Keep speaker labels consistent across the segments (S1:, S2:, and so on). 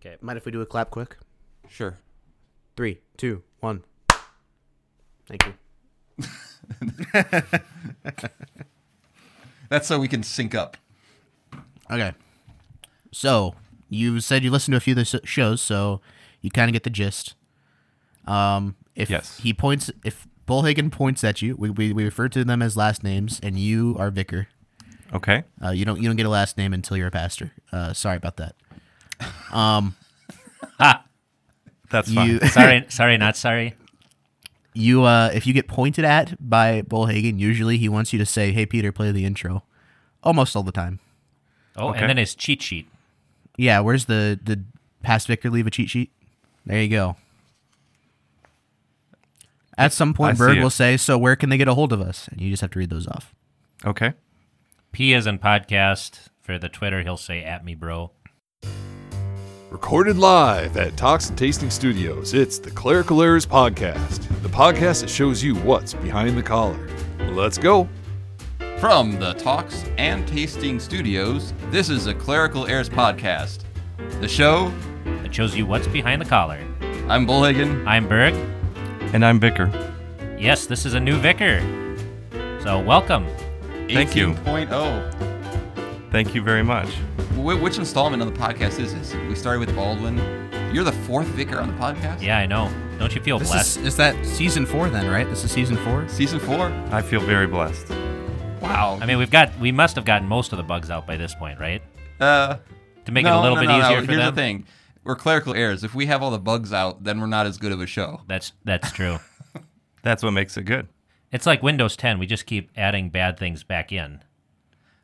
S1: Okay.
S2: Mind if we do a clap quick?
S3: Sure.
S2: Three, two, one. Thank you.
S3: That's so we can sync up.
S2: Okay. So you said you listened to a few of the s- shows, so you kind of get the gist. Um, if
S3: Yes.
S2: he points, if Bullhagen points at you, we, we, we refer to them as last names, and you are vicar.
S3: Okay.
S2: Uh, you don't you don't get a last name until you're a pastor. Uh, sorry about that.
S3: That's
S2: You
S1: sorry, sorry, not sorry.
S2: you uh, if you get pointed at by Bullhagen, usually he wants you to say, "Hey Peter, play the intro." Almost all the time.
S1: Oh,
S3: Okay.
S1: and then his cheat sheet.
S2: Yeah, where's the the past vicar leave a cheat sheet? There you go. At some
S3: I
S2: point,
S3: see
S2: Bird
S3: it.
S2: will say, "So where can they get a hold of us?" And you just have to read those off.
S3: Okay.
S1: P is in podcast. For the Twitter, he'll say at me, bro.
S4: Recorded live at Talks and Tasting Studios, it's the Clerical Errors Podcast, the podcast that shows you what's behind the collar. Let's go.
S3: From the Talks and Tasting Studios, this is a Clerical Airs podcast. The show,
S1: That shows you what's behind the collar.
S3: I'm Bullhagen.
S1: I'm Berg.
S5: And I'm Vicker.
S1: Yes, this is a new vicar. So welcome.
S5: Thank you.
S3: 18.0.
S5: Thank you very much.
S3: oh. Wh- which installment of the podcast is this? We started with Baldwin. You're the fourth vicar on the podcast?
S1: Yeah, I know. Don't you feel blessed?
S2: is that season four then, right? This is season four.
S3: Season four?
S5: I feel very blessed.
S3: Wow.
S1: I mean, we've got we must have gotten most of the bugs out by this point, right?
S3: uh,
S1: To make it
S3: no,
S1: a little
S3: no,
S1: bit
S3: no, no.
S1: easier for
S3: Here's
S1: them.
S3: the thing. We're clerical errors. If we have all the bugs out, then we're not as good of a show.
S1: That's that's true.
S5: That's what makes it good.
S1: it's like Windows 10. We just keep adding bad things back in,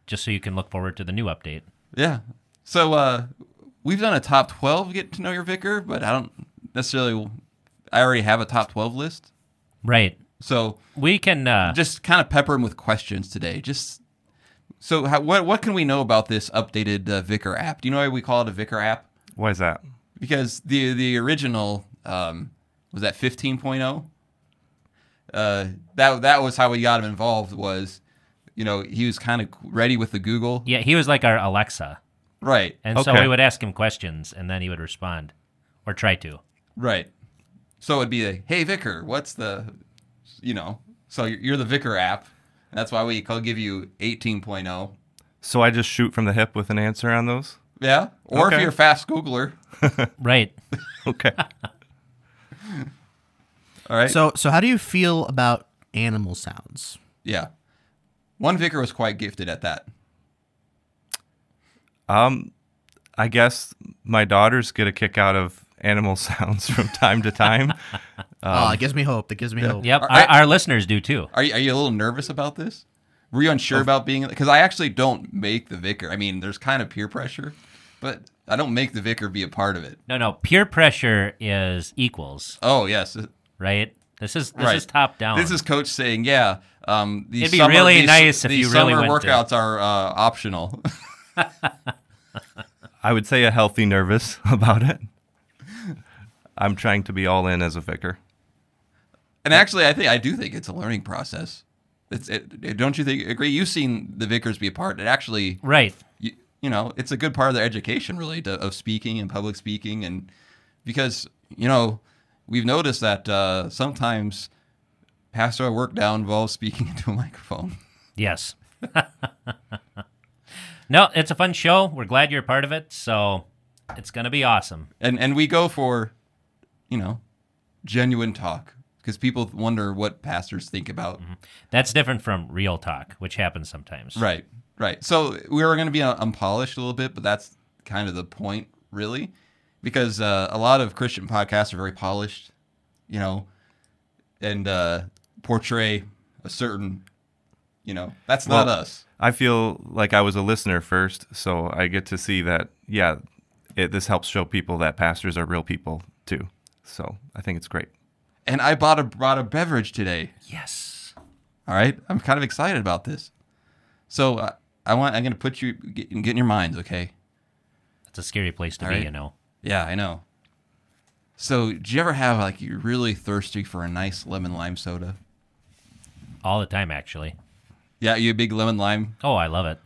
S1: just so you can look forward to the new update.
S3: Yeah. So uh, we've done a top 12 get to know your vicar, but I don't necessarily. I already have a top 12 list.
S1: Right.
S3: So
S1: We can uh,
S3: just kind of pepper him with questions today. Just so how, what what can we know about this updated uh, vicar app? Do you know why we call it a vicar app?
S5: Why is that?
S3: Because the the original um, was that 15.0. Uh, that that was how we got him involved. Was you know he was kind of ready with the Google,
S1: Yeah, he was like our Alexa.
S3: right?
S1: And so
S5: Okay.
S1: we would ask him questions and then he would respond or try to.
S3: Right. So it'd be a hey vicar, what's the, you know, so you're you're the vicar app. That's why we call give you oh." 18.0.
S5: So I just shoot from the hip with an answer on those?
S3: Yeah. Or if
S5: Okay.
S3: you're a fast Googler.
S1: Right.
S5: Okay.
S3: All right.
S2: So so how do you feel about animal sounds?
S3: yeah. One vicar was quite gifted at that.
S5: um, I guess my daughters get a kick out of animal sounds from time to time.
S2: oh, it gives me hope. It gives me hope.
S1: Yep.
S3: All
S1: Our,
S3: right.
S1: our listeners do too.
S3: Are you, are you a little nervous about this? Were you unsure about being because I actually don't make the vicar. I mean, there's kind of peer pressure, but I don't make the vicar be a part of it.
S1: No, no. Peer pressure is equals,
S3: Oh yes,
S1: right? This is this
S3: Right.
S1: is top down.
S3: This is Coach saying, "Yeah, um, these
S1: It'd be
S3: summer,
S1: really
S3: these-
S1: nice if
S3: these
S1: you really
S3: summer
S1: went to-
S3: workouts are uh, optional."
S5: I would say a healthy nervous about it. I'm trying to be all in as a vicar.
S3: and actually, I think I do think it's a learning process. It's it, it- don't you think? Agree? You've seen the vicars be a part. It actually,
S1: right.
S3: you, you know, it's a good part of their education, really, to, of speaking and public speaking, and because you know, we've noticed that uh, sometimes pastoral work now involves speaking into a microphone.
S1: Yes. no, it's a fun show. We're glad you're a part of it. So it's going to be awesome.
S3: and and we go for you know genuine talk because people wonder what pastors think about
S1: That's different from real talk, which happens sometimes.
S3: right right so we were going to be un- unpolished a little bit but that's kind of the point really because uh, a lot of christian podcasts are very polished you know and uh, portray a certain you know that's not
S5: Well-
S3: us
S5: I feel like I was a listener first, so I get to see that, yeah, it, this helps show people that pastors are real people too. So I think it's great.
S3: and i bought a brought a beverage today
S1: Yes.
S3: All right, I'm kind of excited about this. So I, I want I'm gonna put you get, get in your minds, okay?
S1: That's a scary place to
S3: All
S1: be,
S3: right.
S1: you know.
S3: Yeah, I know. So do you ever have like you're really thirsty for a nice lemon lime soda?
S1: All the time, actually.
S3: Yeah, you a big lemon lime?
S1: Oh, I love it.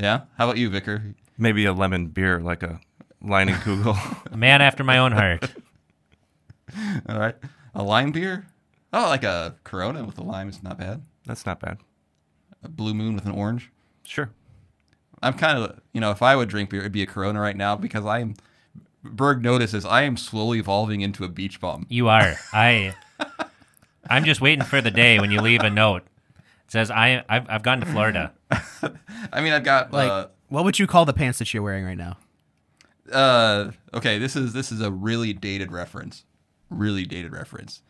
S3: Yeah. How about you, Vicar?
S5: Maybe a lemon beer, like a Lining Kugel.
S1: A man after my own heart.
S3: All right. A lime beer? Oh, like a Corona with a lime is not bad.
S5: That's not bad.
S3: A Blue Moon with an orange.
S5: Sure.
S3: I'm kind of, you know, if I would drink beer, it'd be a Corona right now because I am. Berg notices I am slowly evolving into a beach bum.
S1: You are. I. I'm just waiting for the day when you leave a note. It says I I've, I've gone to Florida.
S3: I mean, I've got
S2: Like,
S3: uh,
S2: what would you call the pants that you're wearing right now?
S3: uh okay this is this is a really dated reference really dated reference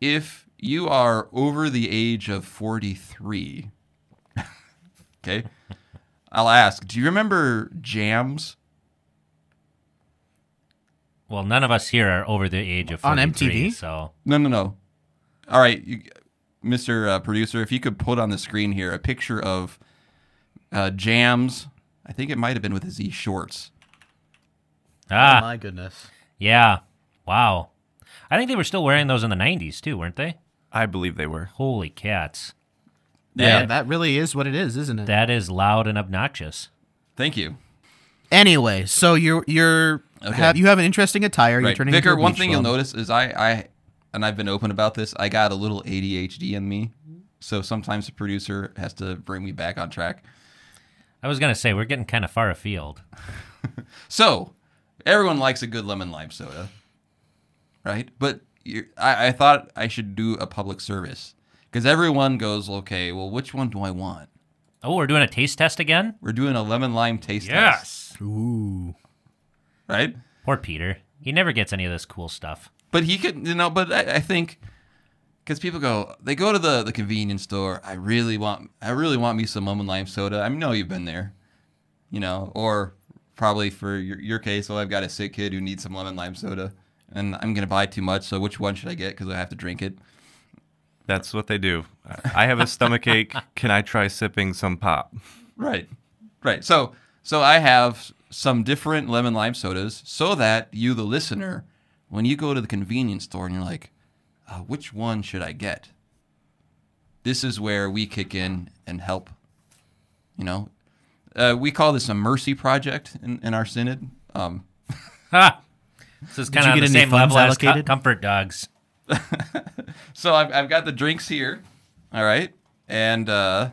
S3: if you are over the age of 43 okay i'll ask do you remember jams
S1: Well, none of us here are over the age of 43,
S2: On MTV?
S1: So
S3: no no no all right you, mr uh, producer if you could put on the screen here a picture of uh, jams i think it might have been with his e shorts
S1: ah
S2: Oh, my goodness.
S1: yeah, wow. I think they were still wearing those in the 90s too, weren't they?
S5: I believe they were.
S1: Holy cats!
S2: Yeah,
S1: That-
S2: that really is what it is, isn't it?
S1: that is loud and obnoxious.
S3: thank you
S2: anyway, so you're you're
S3: Okay.
S2: have you have an interesting attire. You're
S3: Right.
S2: turning
S3: Vicar,
S2: into a
S3: one
S2: beach
S3: thing you'll
S2: bum.
S3: notice is I, I, and I've been open about this, I got a little ADHD in me. So sometimes the producer has to bring me back on track.
S1: I was gonna say we're getting kind of far afield.
S3: So everyone likes a good lemon lime soda, right? But you I, I thought I should do a public service because everyone goes, okay, well, which one do I want?
S1: Oh, we're doing a taste test again.
S3: We're doing a lemon lime taste test,
S2: Ooh.
S3: right?
S1: Poor Peter. He never gets any of this cool stuff.
S3: But he could, you know, but I, I think because people go, they go to the, the convenience store. I really want, I really want me some lemon lime soda. I know you've been there, you know, or probably for your, your case, well, I've got a sick kid who needs some lemon lime soda and I'm going to buy too much. So which one should I get? Because I have to drink it.
S5: That's what they do. I have a stomach ache. Can I try sipping some pop?
S3: Right. Right. So, so I have some different lemon lime sodas so that you, the listener, when you go to the convenience store and you're like, uh, which one should I get? This is where we kick in and help. You know, uh, we call this a mercy project in, in our synod. Um,
S1: Ha! This is kind
S2: you
S1: of on
S2: get
S1: the
S2: any
S1: same
S2: funds
S1: level as co-
S2: allocated?
S1: comfort dogs.
S3: so I've, I've got the drinks here. All right. And uh,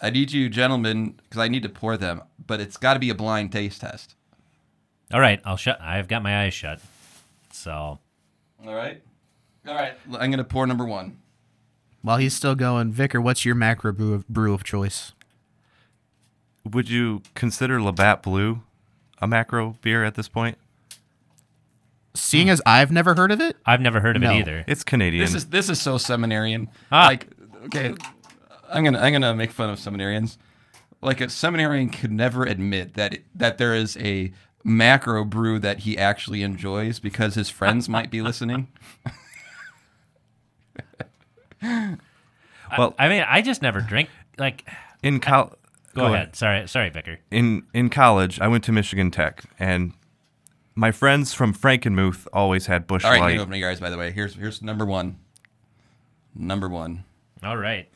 S3: I need you, gentlemen, because I need to pour them, but it's got to be a blind taste test.
S1: All right, I'll shut. I've got my eyes shut. So
S3: All right. All right. I'm going to pour number one.
S2: While he's still going, Vicar, what's your macro brew of, brew of choice?
S5: Would you consider Labatt Blue a macro beer at this point?
S2: Seeing as I've never heard of it,
S1: I've never heard of
S2: No.
S1: it either.
S5: It's Canadian.
S3: This is this is so seminarian.
S1: Ah.
S3: Like okay, I'm going to I'm going to make fun of seminarians. Like a seminarian could never admit that it, that there is a macro brew that he actually enjoys because his friends might be listening.
S5: well,
S1: I mean, I just never drink. Like,
S5: in col-
S1: go, ahead. Sorry, sorry, Vicar.
S5: in in college, I went to Michigan Tech, and my friends from Frankenmuth always had Bush
S3: All right, you
S5: Light.
S3: can open your eyes by the way. Here's here's number 1. Number 1.
S1: All right,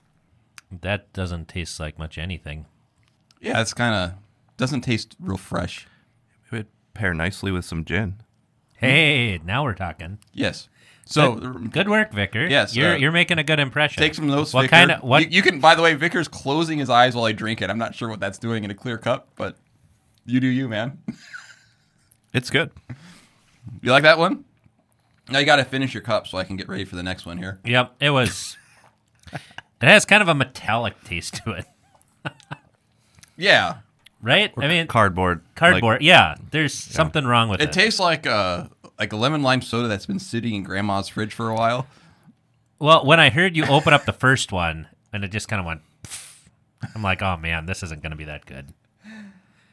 S1: that doesn't taste like much anything.
S3: Yeah, it's kind of doesn't taste real fresh.
S5: It would pair nicely with some gin.
S1: Hey, now we're talking.
S3: Yes. So
S1: Good work, Vicar.
S3: Yes,
S1: you're
S3: uh,
S1: you're making a good impression.
S3: Take some notes.
S1: What
S3: Vicar.
S1: kind of what?
S3: You, you can. By the way, Vickers closing his eyes while I drink it. I'm not sure what that's doing in a clear cup, but you do you, man.
S5: It's good.
S3: You like that one? Now you got to finish your cup so I can get ready for the next one here.
S1: Yep, it was. it has kind of a metallic taste to it,
S3: Yeah,
S1: right? I mean,
S5: Cardboard. like-
S1: cardboard. yeah, there's something wrong with
S3: it tastes like uh like a lemon lime soda that's been sitting in Grandma's fridge for a while.
S1: Well, when I heard you open up the first one, and it just kind of went, pff, I'm like, oh man, this isn't going to be that good.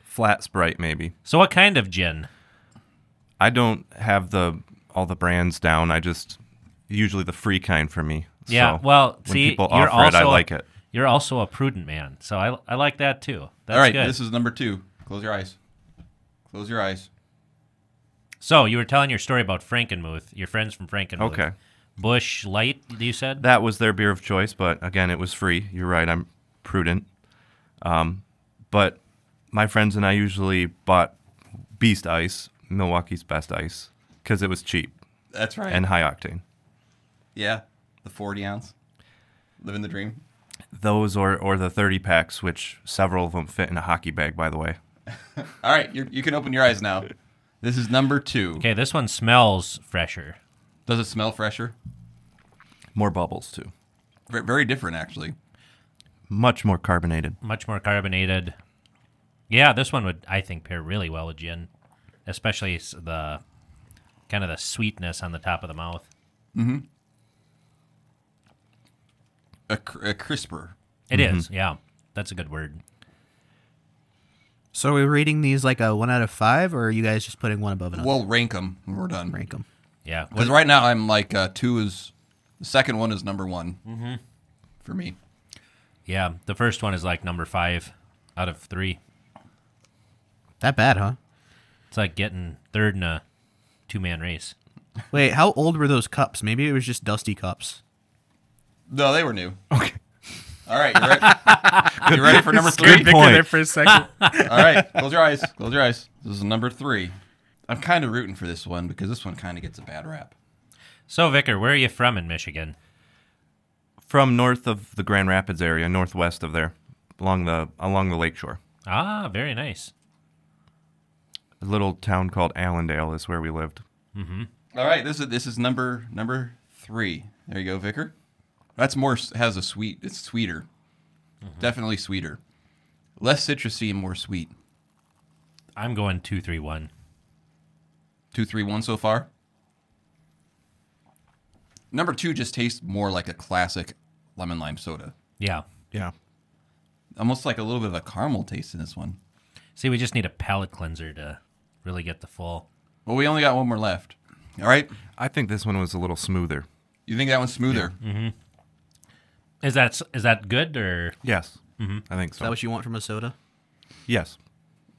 S5: flat Sprite, maybe.
S1: So, what kind of gin?
S5: I don't have the all the brands down. I just usually the free kind for me.
S1: Yeah,
S5: So
S1: well,
S5: when
S1: see,
S5: people
S1: you're
S5: offer it, I
S1: also-
S5: like it.
S1: You're also a prudent man, so I, I like that too. That's
S3: All right,
S1: good.
S3: this is number two. Close your eyes. Close your eyes.
S1: so, you were telling your story about Frankenmuth, your friends from Frankenmuth.
S5: Okay.
S1: Bush Light, you said?
S5: That was their beer of choice, but again, it was free. You're right. I'm prudent. Um, but my friends and I usually bought Beast Ice, Milwaukee's best ice, because it was cheap
S3: That's right.
S5: and high octane.
S3: yeah, the 40 ounce, living the dream.
S5: Those or or the 30 packs, which several of them fit in a hockey bag, by the way.
S3: All right, you're, you can open your eyes now. This is number two.
S1: Okay, this one smells fresher.
S3: Does it smell fresher?
S5: More bubbles too.
S3: Ver- Very different, actually.
S5: Much more carbonated.
S1: Much more carbonated. Yeah, this one would I think pair really well with gin, especially s- the kind of the sweetness on the top of the mouth.
S3: A, cr- a crisper.
S1: It
S5: Mm-hmm.
S1: is, yeah. That's a good word.
S2: So are we rating these like a one out of five, or are you guys just putting one above another?
S3: We'll rank them when we're done.
S2: Rank them.
S1: Yeah.
S3: Because
S1: What,
S3: right now I'm like uh, two is the second one is number one for me.
S1: yeah, the first one is like number 5 out of 3.
S2: That bad, huh?
S1: It's like getting third in a two-man race.
S2: Wait, how old were those cups? Maybe it was just dusty cups.
S3: No, they were new. Okay. All right, you ready? you ready for number three?
S5: Good point.
S6: for a second.
S3: All right, close your eyes. Close your eyes. This is number three. I'm kind of rooting for this one because this one kind of gets a bad rap.
S1: So, Vicar, where are you from in Michigan?
S5: From north of the Grand Rapids area, northwest of there, along the along the lakeshore.
S1: Ah, very nice.
S5: A little town called Allendale is where we lived.
S3: All right, this is this is number number three. There you go, Vicar. That's more s- has a sweet. It's sweeter, definitely sweeter, less citrusy and more sweet.
S1: I'm going 231.
S3: Two, three, one so far. Number two just tastes more like a classic lemon lime soda,
S1: Yeah.
S5: Yeah.
S3: almost like a little bit of a caramel taste in this one.
S1: See, we just need a palate cleanser to really get the full.
S3: Well, we only got one more left. All right,
S5: I think this one was a little smoother.
S3: you think that one's smoother?
S1: Is that is that good or
S5: Yes. I think
S2: Is
S5: so.
S2: that what you want from a soda?
S5: yes.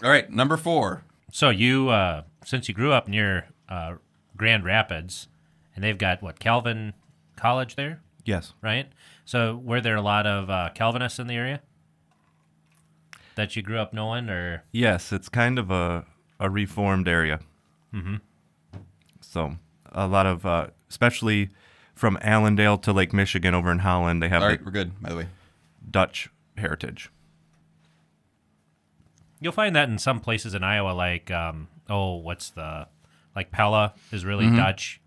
S3: All right, number four.
S1: so? You uh, since you grew up near uh, Grand Rapids, and they've got what Calvin College there,
S5: Yes.
S1: right? So were there a lot of uh, Calvinists in the area that you grew up knowing, or
S5: Yes, it's kind of a, a reformed area. Mm-hmm. So a lot of, uh, especially from Allendale to Lake Michigan over in Holland, they have
S3: All
S5: the
S3: right, we're good. By the way,
S5: Dutch heritage.
S1: you'll find that in some places in Iowa, like um, oh, what's the like Pella is really Dutch.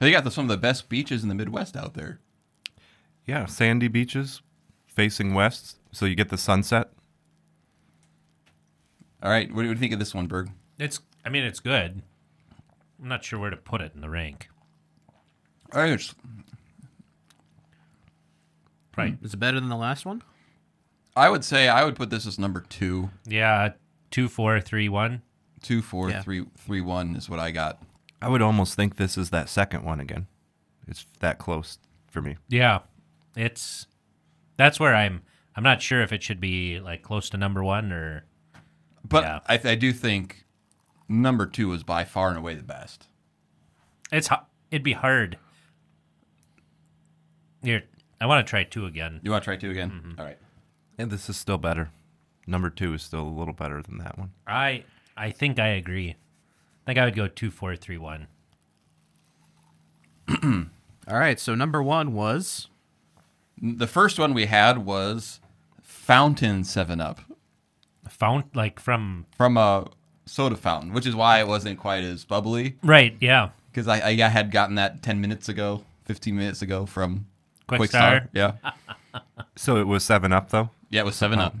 S3: they got the, some of the best beaches in the Midwest out there.
S5: Yeah, sandy beaches facing west, so you get the sunset.
S3: All right, what do you think of this one, Berg?
S1: It's I mean it's good. I'm not sure where to put it in the rank.
S3: All right, it's-
S1: Right.
S2: Is it better than the last one?
S3: I would say I would put this as number two,
S1: Yeah, two, four, three, one.
S3: two, four,
S2: Yeah.
S3: three, three, one is what I got.
S5: I would almost think this is that second one again. It's that close for me.
S1: Yeah, it's that's where I'm. I'm not sure if it should be like close to number one or
S3: But
S1: Yeah.
S3: I, I do think number two is by far and away the best.
S1: it's. h- It'd be hard. Here, I want to try two again.
S3: You want to try two again? All right.
S5: And this is still better. Number two is still a little better than that one.
S1: I I think I agree. I think I would go two, four, three, one.
S2: All right. So number one was
S3: The first one we had was Fountain 7 Up
S1: Found like from
S3: from a soda fountain, which is why it wasn't quite as bubbly
S1: right. Yeah,
S3: because I, I had gotten that 10 minutes ago, 15 minutes ago from
S1: Quick Star.
S3: Yeah.
S5: So it was seven up though.
S3: Yeah, it was 7 Up.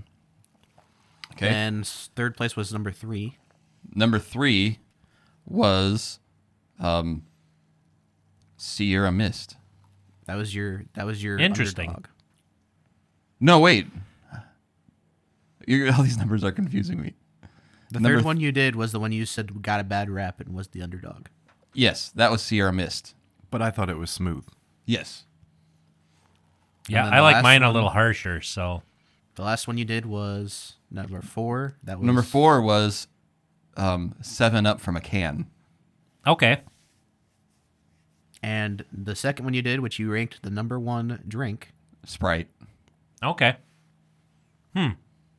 S3: Okay.
S2: and s- third place was number three.
S3: Number three was um, Sierra Mist.
S2: That was your. That was your.
S1: Interesting.
S2: underdog.
S3: No, wait. You're, all these numbers are confusing me.
S2: The
S3: Number
S2: third
S3: th-
S2: one you did was the one you said got a bad rap and was the underdog.
S3: Yes, that was Sierra Mist.
S5: But I thought it was smooth.
S3: Yes.
S1: yeah.
S2: then
S1: I
S2: the
S1: like
S2: last
S1: mine a
S2: one-
S1: little harsher. So
S2: The last one you did was number four. That was
S3: Number four was um, Seven Up from a can.
S1: okay,
S2: And the second one you did, which you ranked the number one drink,
S3: Sprite.
S1: okay.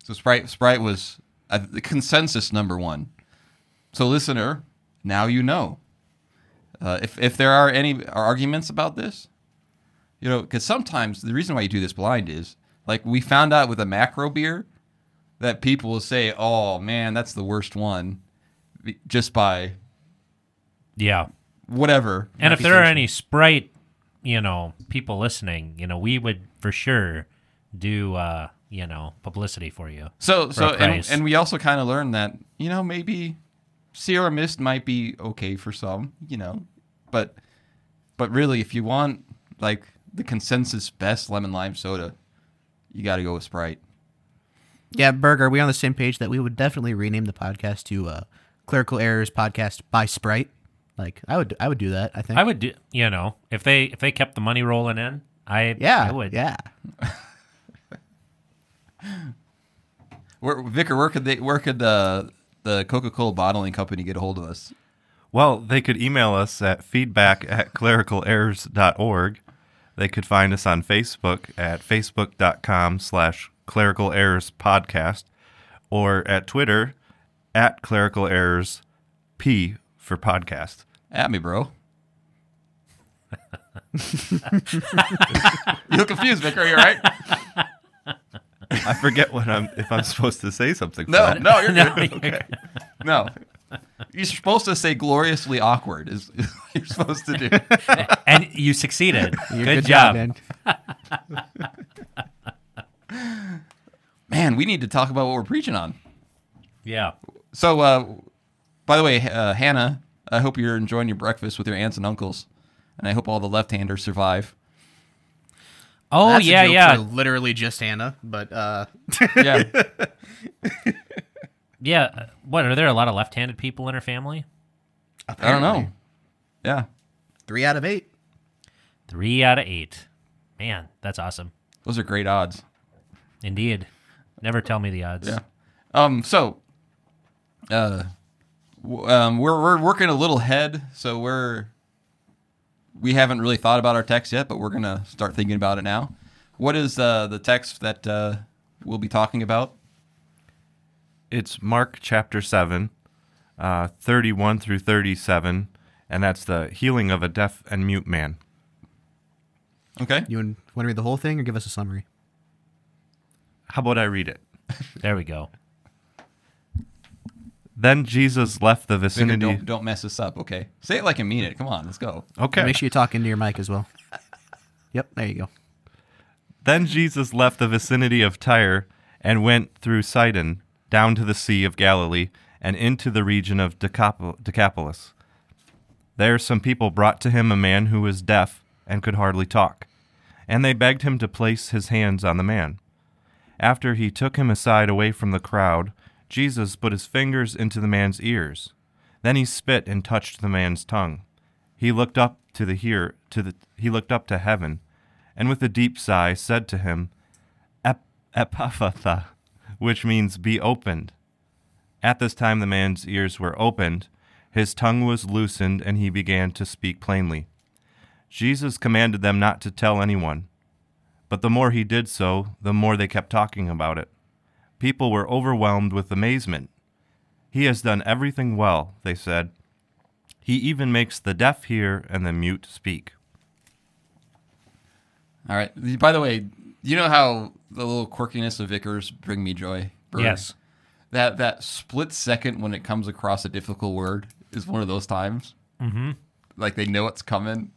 S3: So Sprite, Sprite was uh, the consensus number one. So, listener, now you know. Uh, if, if there are any arguments about this, you know, because sometimes the reason why you do this blind is like we found out with a macro beer that people will say, oh man, that's the worst one be- just by
S1: Yeah.
S3: whatever.
S1: And if there are any Sprite, you know, people listening, you know, we would for sure do, uh, you know, publicity for you.
S3: So, so
S1: a
S3: and,
S1: price.
S3: and we also kind of learned that, you know, maybe Sierra Mist might be okay for some, you know, but but really, if you want like the consensus best lemon lime soda, you got to go with Sprite.
S2: Yeah, Berg, are we on the same page that we would definitely rename the podcast to uh, Clerical Errors Podcast by Sprite? Like, I would, I would do that. I think.
S1: I would do, you know, if they if they kept the money rolling in, I
S2: yeah,
S1: I would.
S2: yeah.
S3: Where, Vicar, where could they? Where could the the Coca Cola bottling company get a hold of us?
S5: Well, they could email us at feedback at clericalerrors.org. They could find us on Facebook at facebook.com slash clerical errors podcast or at Twitter at clerical errors p for podcast.
S3: At me, bro. you look confused, Vicar. You're right.
S5: I forget what I'm if I'm supposed to say something.
S3: No,
S5: Phil.
S3: no, you're good. No, you're supposed to say gloriously awkward is is what you're supposed to do.
S1: And you succeeded.
S2: You're-
S1: good, job.
S2: man.
S3: Man, we need to talk about what we're preaching on.
S1: Yeah.
S3: So, uh, by the way, uh, Hannah, I hope you're enjoying your breakfast with your aunts and uncles, and I hope all the left-handers survive.
S1: Oh
S2: That's a
S1: yeah,
S2: joke
S1: yeah,
S2: for literally just Hannah, but uh,
S3: Yeah,
S1: yeah. What are there a lot of left-handed people in her family?
S3: I don't know. Yeah,
S2: three out of eight.
S1: Three out of eight. Man, that's awesome.
S3: those are great odds.
S1: Indeed. Never tell me the odds.
S3: Yeah. Um. So, uh, w- um, we're we're working a little ahead, so we're we haven't really thought about our text yet, but we're gonna start thinking about it now. What is uh, the text that uh, we'll be talking about?
S5: It's Mark chapter 7, uh, 31 through 37, and that's the healing of a deaf and mute man.
S3: Okay.
S2: You want to read the whole thing or give us a summary?
S5: How about I read it?
S1: There we go.
S5: Then Jesus left the
S3: Vicar,
S5: vicinity.
S3: don't don't mess this up. Okay. Say it like you mean it. Come on, let's go.
S5: Okay.
S2: Make sure you talk into your mic as well. Yep, there you go.
S5: Then Jesus left the vicinity of Tyre and went through Sidon, down to the Sea of Galilee, and into the region of Decap- Decapolis. There some people brought to him a man who was deaf and could hardly talk, and they begged him to place his hands on the man. After he took him aside away from the crowd, Jesus put his fingers into the man's ears. Then he spit and touched the man's tongue. He looked up to the hear to the he looked up to heaven, and with a deep sigh said to him, Ep- "Epaphatha," which means "be opened." At this time the man's ears were opened, his tongue was loosened, and he began to speak plainly. Jesus commanded them not to tell anyone. But the more he did so, the more they kept talking about it. People were overwhelmed with amazement. He has done everything well, they said. He even makes the deaf hear and the mute speak.
S3: All right. By the way, you know how the little quirkiness of Vickers bring me joy. Bird?
S1: Yes.
S3: That that split second when it comes across a difficult word is one of those times. Mm-hmm. Like they know it's coming,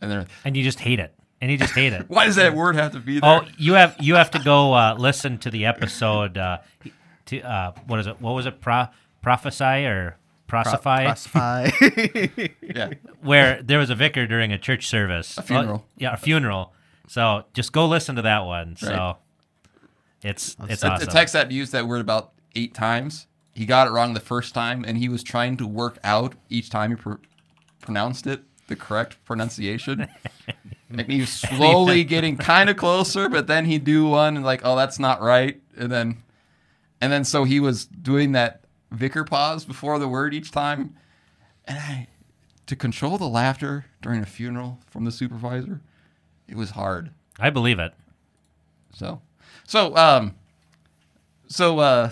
S3: and they're
S1: And you just hate it. And you just hate it.
S3: why does that word have to be there?
S1: Oh, you have you have to go uh, listen to the episode. Uh, to uh, what is it? What was it? Pro- prophesy or prosify?
S2: Prosify.
S3: yeah.
S1: where there was a vicar during a church service, a
S3: funeral.
S1: yeah, a funeral. So just go listen to that one. So it's it's
S3: The-
S1: awesome.
S3: The text that used that word about eight times. He got it wrong the first time, and he was trying to work out each time he pr- pronounced it the correct pronunciation. and he was slowly getting kind of closer, but then he'd do one and like, oh, that's not right, and then, and then so he was doing that vicar pause before the word each time, and I, to control the laughter during a funeral from the supervisor, it was hard.
S1: I believe it.
S3: So, so, um, so, uh,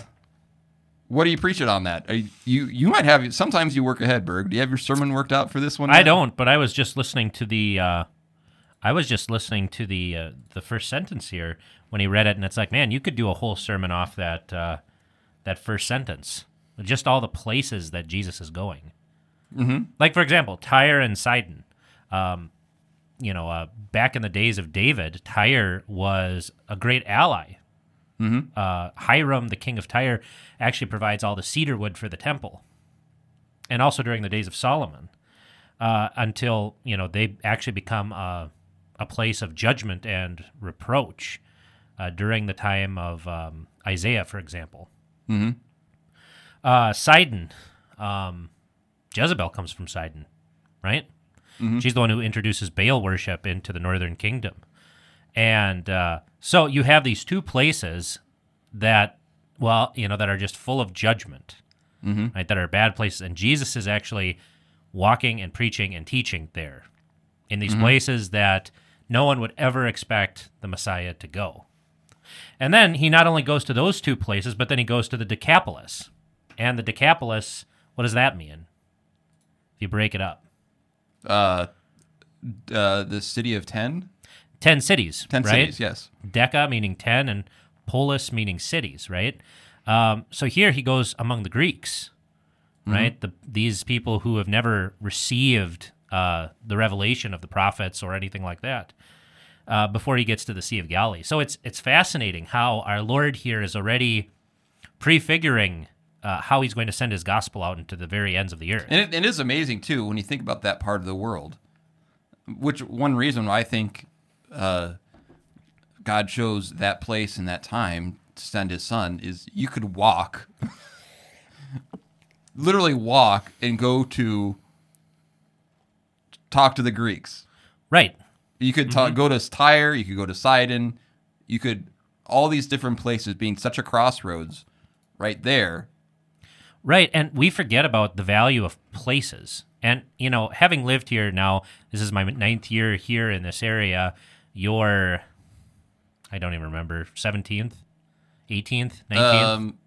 S3: What are you preaching on that? Are you, you you might have sometimes you work ahead, Berg. Do you have your sermon worked out for this one?
S1: I
S3: yet?
S1: don't, but I was just listening to the. Uh, I was just listening to the uh, the first sentence here when he read it, and it's like, man, you could do a whole sermon off that uh, that first sentence, just all the places that Jesus is going. Mm-hmm. Like for example, Tyre and Sidon. Um, you know, uh, back in the days of David, Tyre was a great ally. Uh, Hiram, the king of Tyre, actually provides all the cedar wood for the temple, and also during the days of Solomon uh, until you know they actually become a, a place of judgment and reproach uh, during the time of um, Isaiah, for example. Mm-hmm. Uh, Sidon, um, Jezebel comes from Sidon, right? She's the one who introduces Baal worship into the northern kingdom, and uh, so you have these two places that, well, you know, that are just full of judgment right, that are bad places. And Jesus is actually walking and preaching and teaching there in
S3: Mm-hmm.
S1: these places that no one would ever expect the Messiah to go. And then he not only goes to those two places, but then he goes to the Decapolis. And the Decapolis, what does that mean? If you break it up,
S3: Uh, uh, the city of ten.
S1: 10 cities,
S3: Ten
S1: right?
S3: cities. Yes.
S1: Deca meaning 10 and polis meaning cities, right? Um, so here he goes among the Greeks, right? The, these people who have never received uh, the revelation of the prophets or anything like that uh, before he gets to the Sea of Galilee. So it's, it's fascinating how our Lord here is already prefiguring uh, how he's going to send his gospel out into the very ends of the earth.
S3: And it, it is amazing too when you think about that part of the world. Which one reason why I think uh, God chose that place and that time to send His Son is you could walk, literally walk, and go to talk to the Greeks.
S1: right.
S3: You could ta- go to Tyre. You could go to Sidon. You could all these different places being such a crossroads, right there.
S1: Right, and we forget about the value of places. And you know, having lived here now, this is my ninth year here in this area. Your, I don't even remember, seventeenth, eighteenth, nineteenth.
S3: Um,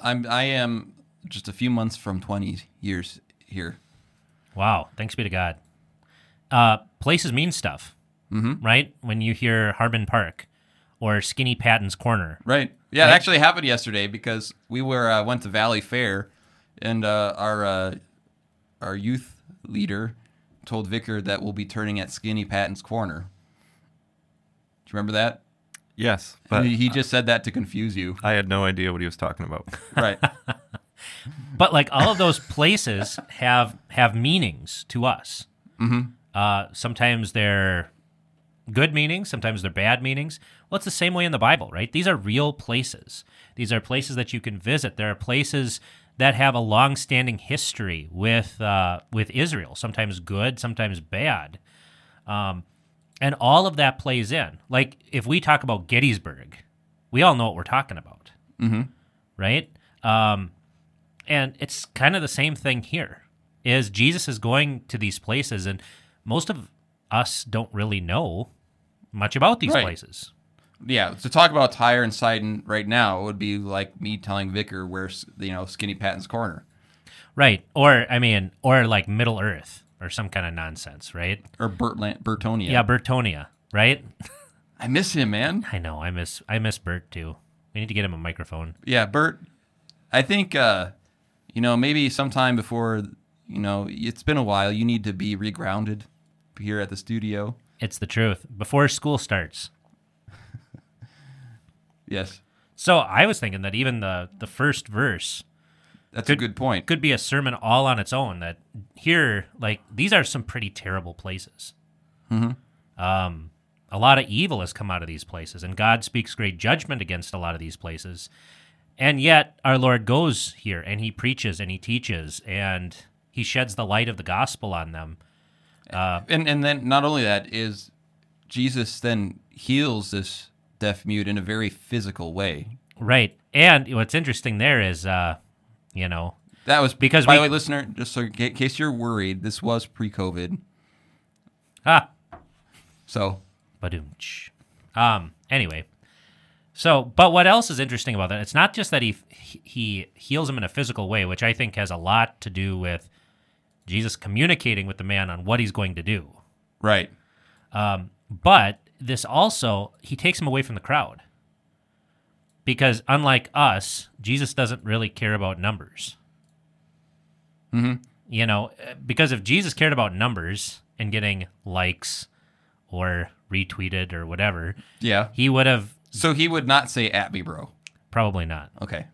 S3: I'm I am just a few months from 20 years here.
S1: Wow, thanks be to God. Uh, places mean stuff, mm-hmm. right? When you hear Harbin Park or Skinny Patton's Corner,
S3: Right. Yeah, it actually happened yesterday because we were uh, went to Valley Fair, and uh, our uh, our youth leader told Vicar that we'll be turning at Skinny Patton's Corner. Do you remember that?
S5: Yes, but
S3: he, he just said that to confuse you.
S5: I had no idea what he was talking about.
S3: Right.
S1: but like all of those places have have meanings to us. Mm-hmm. Uh, sometimes they're good meanings, sometimes they're bad meanings. Well, it's the same way in the Bible, right? These are real places. These are places that you can visit. There are places that have a long-standing history with uh, with Israel. Sometimes good, sometimes bad, um, and all of that plays in. Like if we talk about Gettysburg, we all know what we're talking about, mm-hmm. right? Um, and it's kind of the same thing here is jesus is going to these places and most of us don't really know much about these
S3: Right.
S1: places
S3: yeah. To talk about Tyre and Sidon right now would be like me telling Vicar where's you know Skinny Patton's Corner
S1: right or i mean or like middle earth or some kind of nonsense right
S3: or Bertland, Bertonia.
S1: yeah, bertonia right
S3: I miss him, man.
S1: i know i miss i miss bert too we need to get him a microphone
S3: Yeah, Bert. I think uh, you know maybe sometime before you know it's been a while. You need to be regrounded here at the studio.
S1: it's the truth before school starts
S3: Yes,
S1: so i was thinking that even the the first verse
S3: that's a good point.
S1: could be a sermon all on its own that here like these are some pretty terrible places um, a lot of evil has come out of these places and god speaks great judgment against a lot of these places and yet our lord goes here and he preaches and he teaches and he sheds the light of the gospel on them
S3: And and then not only that is Jesus then heals this deaf mute in a very physical way.
S1: right and what's interesting there is uh you know
S3: That was
S1: Because
S3: by
S1: we-
S3: the way, listener, just so in ca- case you're worried, this was pre-COVID,
S1: ah
S3: so
S1: Badoomch. Um. Anyway, So, but what else is interesting about that? It's not just that he he heals him in a physical way, which I think has a lot to do with Jesus communicating with the man on what he's going to do.
S3: Right.
S1: But this also he takes him away from the crowd. Because unlike us, Jesus doesn't really care about numbers. Mm-hmm. You know, uh, because if Jesus cared about numbers and getting likes or retweeted or whatever,
S3: Yeah.
S1: he would have
S3: So he would not say at me, bro.
S1: probably not.
S3: Okay.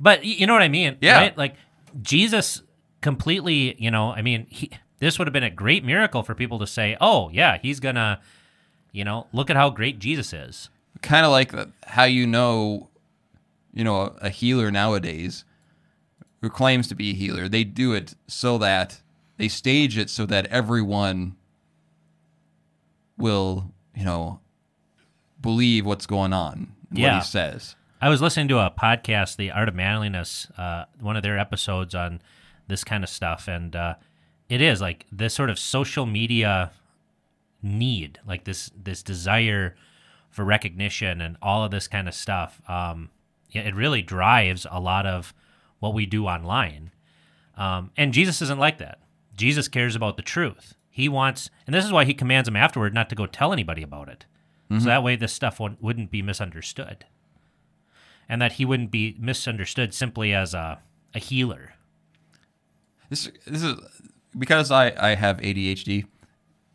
S1: But y- you know what I mean?
S3: Yeah.
S1: Right? Like Jesus completely, you know, I mean, he, this would have been a great miracle for people to say, oh, yeah, he's going to, you know, look at how great Jesus is.
S3: Kind of like the, how you know, you know, a, a healer nowadays who claims to be a healer, they do it so that they stage it so that everyone will, you know, believe what's going on and what
S1: Yeah.
S3: he says.
S1: I was listening to a podcast, The Art of Manliness, uh, one of their episodes on this kind of stuff, and uh, it is like this sort of social media need, like this this desire for recognition and all of this kind of stuff. Um, yeah, it really drives a lot of what we do online, um, and Jesus isn't like that. Jesus cares about the truth. He wants, and this is why he commands him afterward not to go tell anybody about it, so that way this stuff won't, wouldn't be misunderstood and that he wouldn't be misunderstood simply as a, a healer.
S3: This this is because I I have ADHD.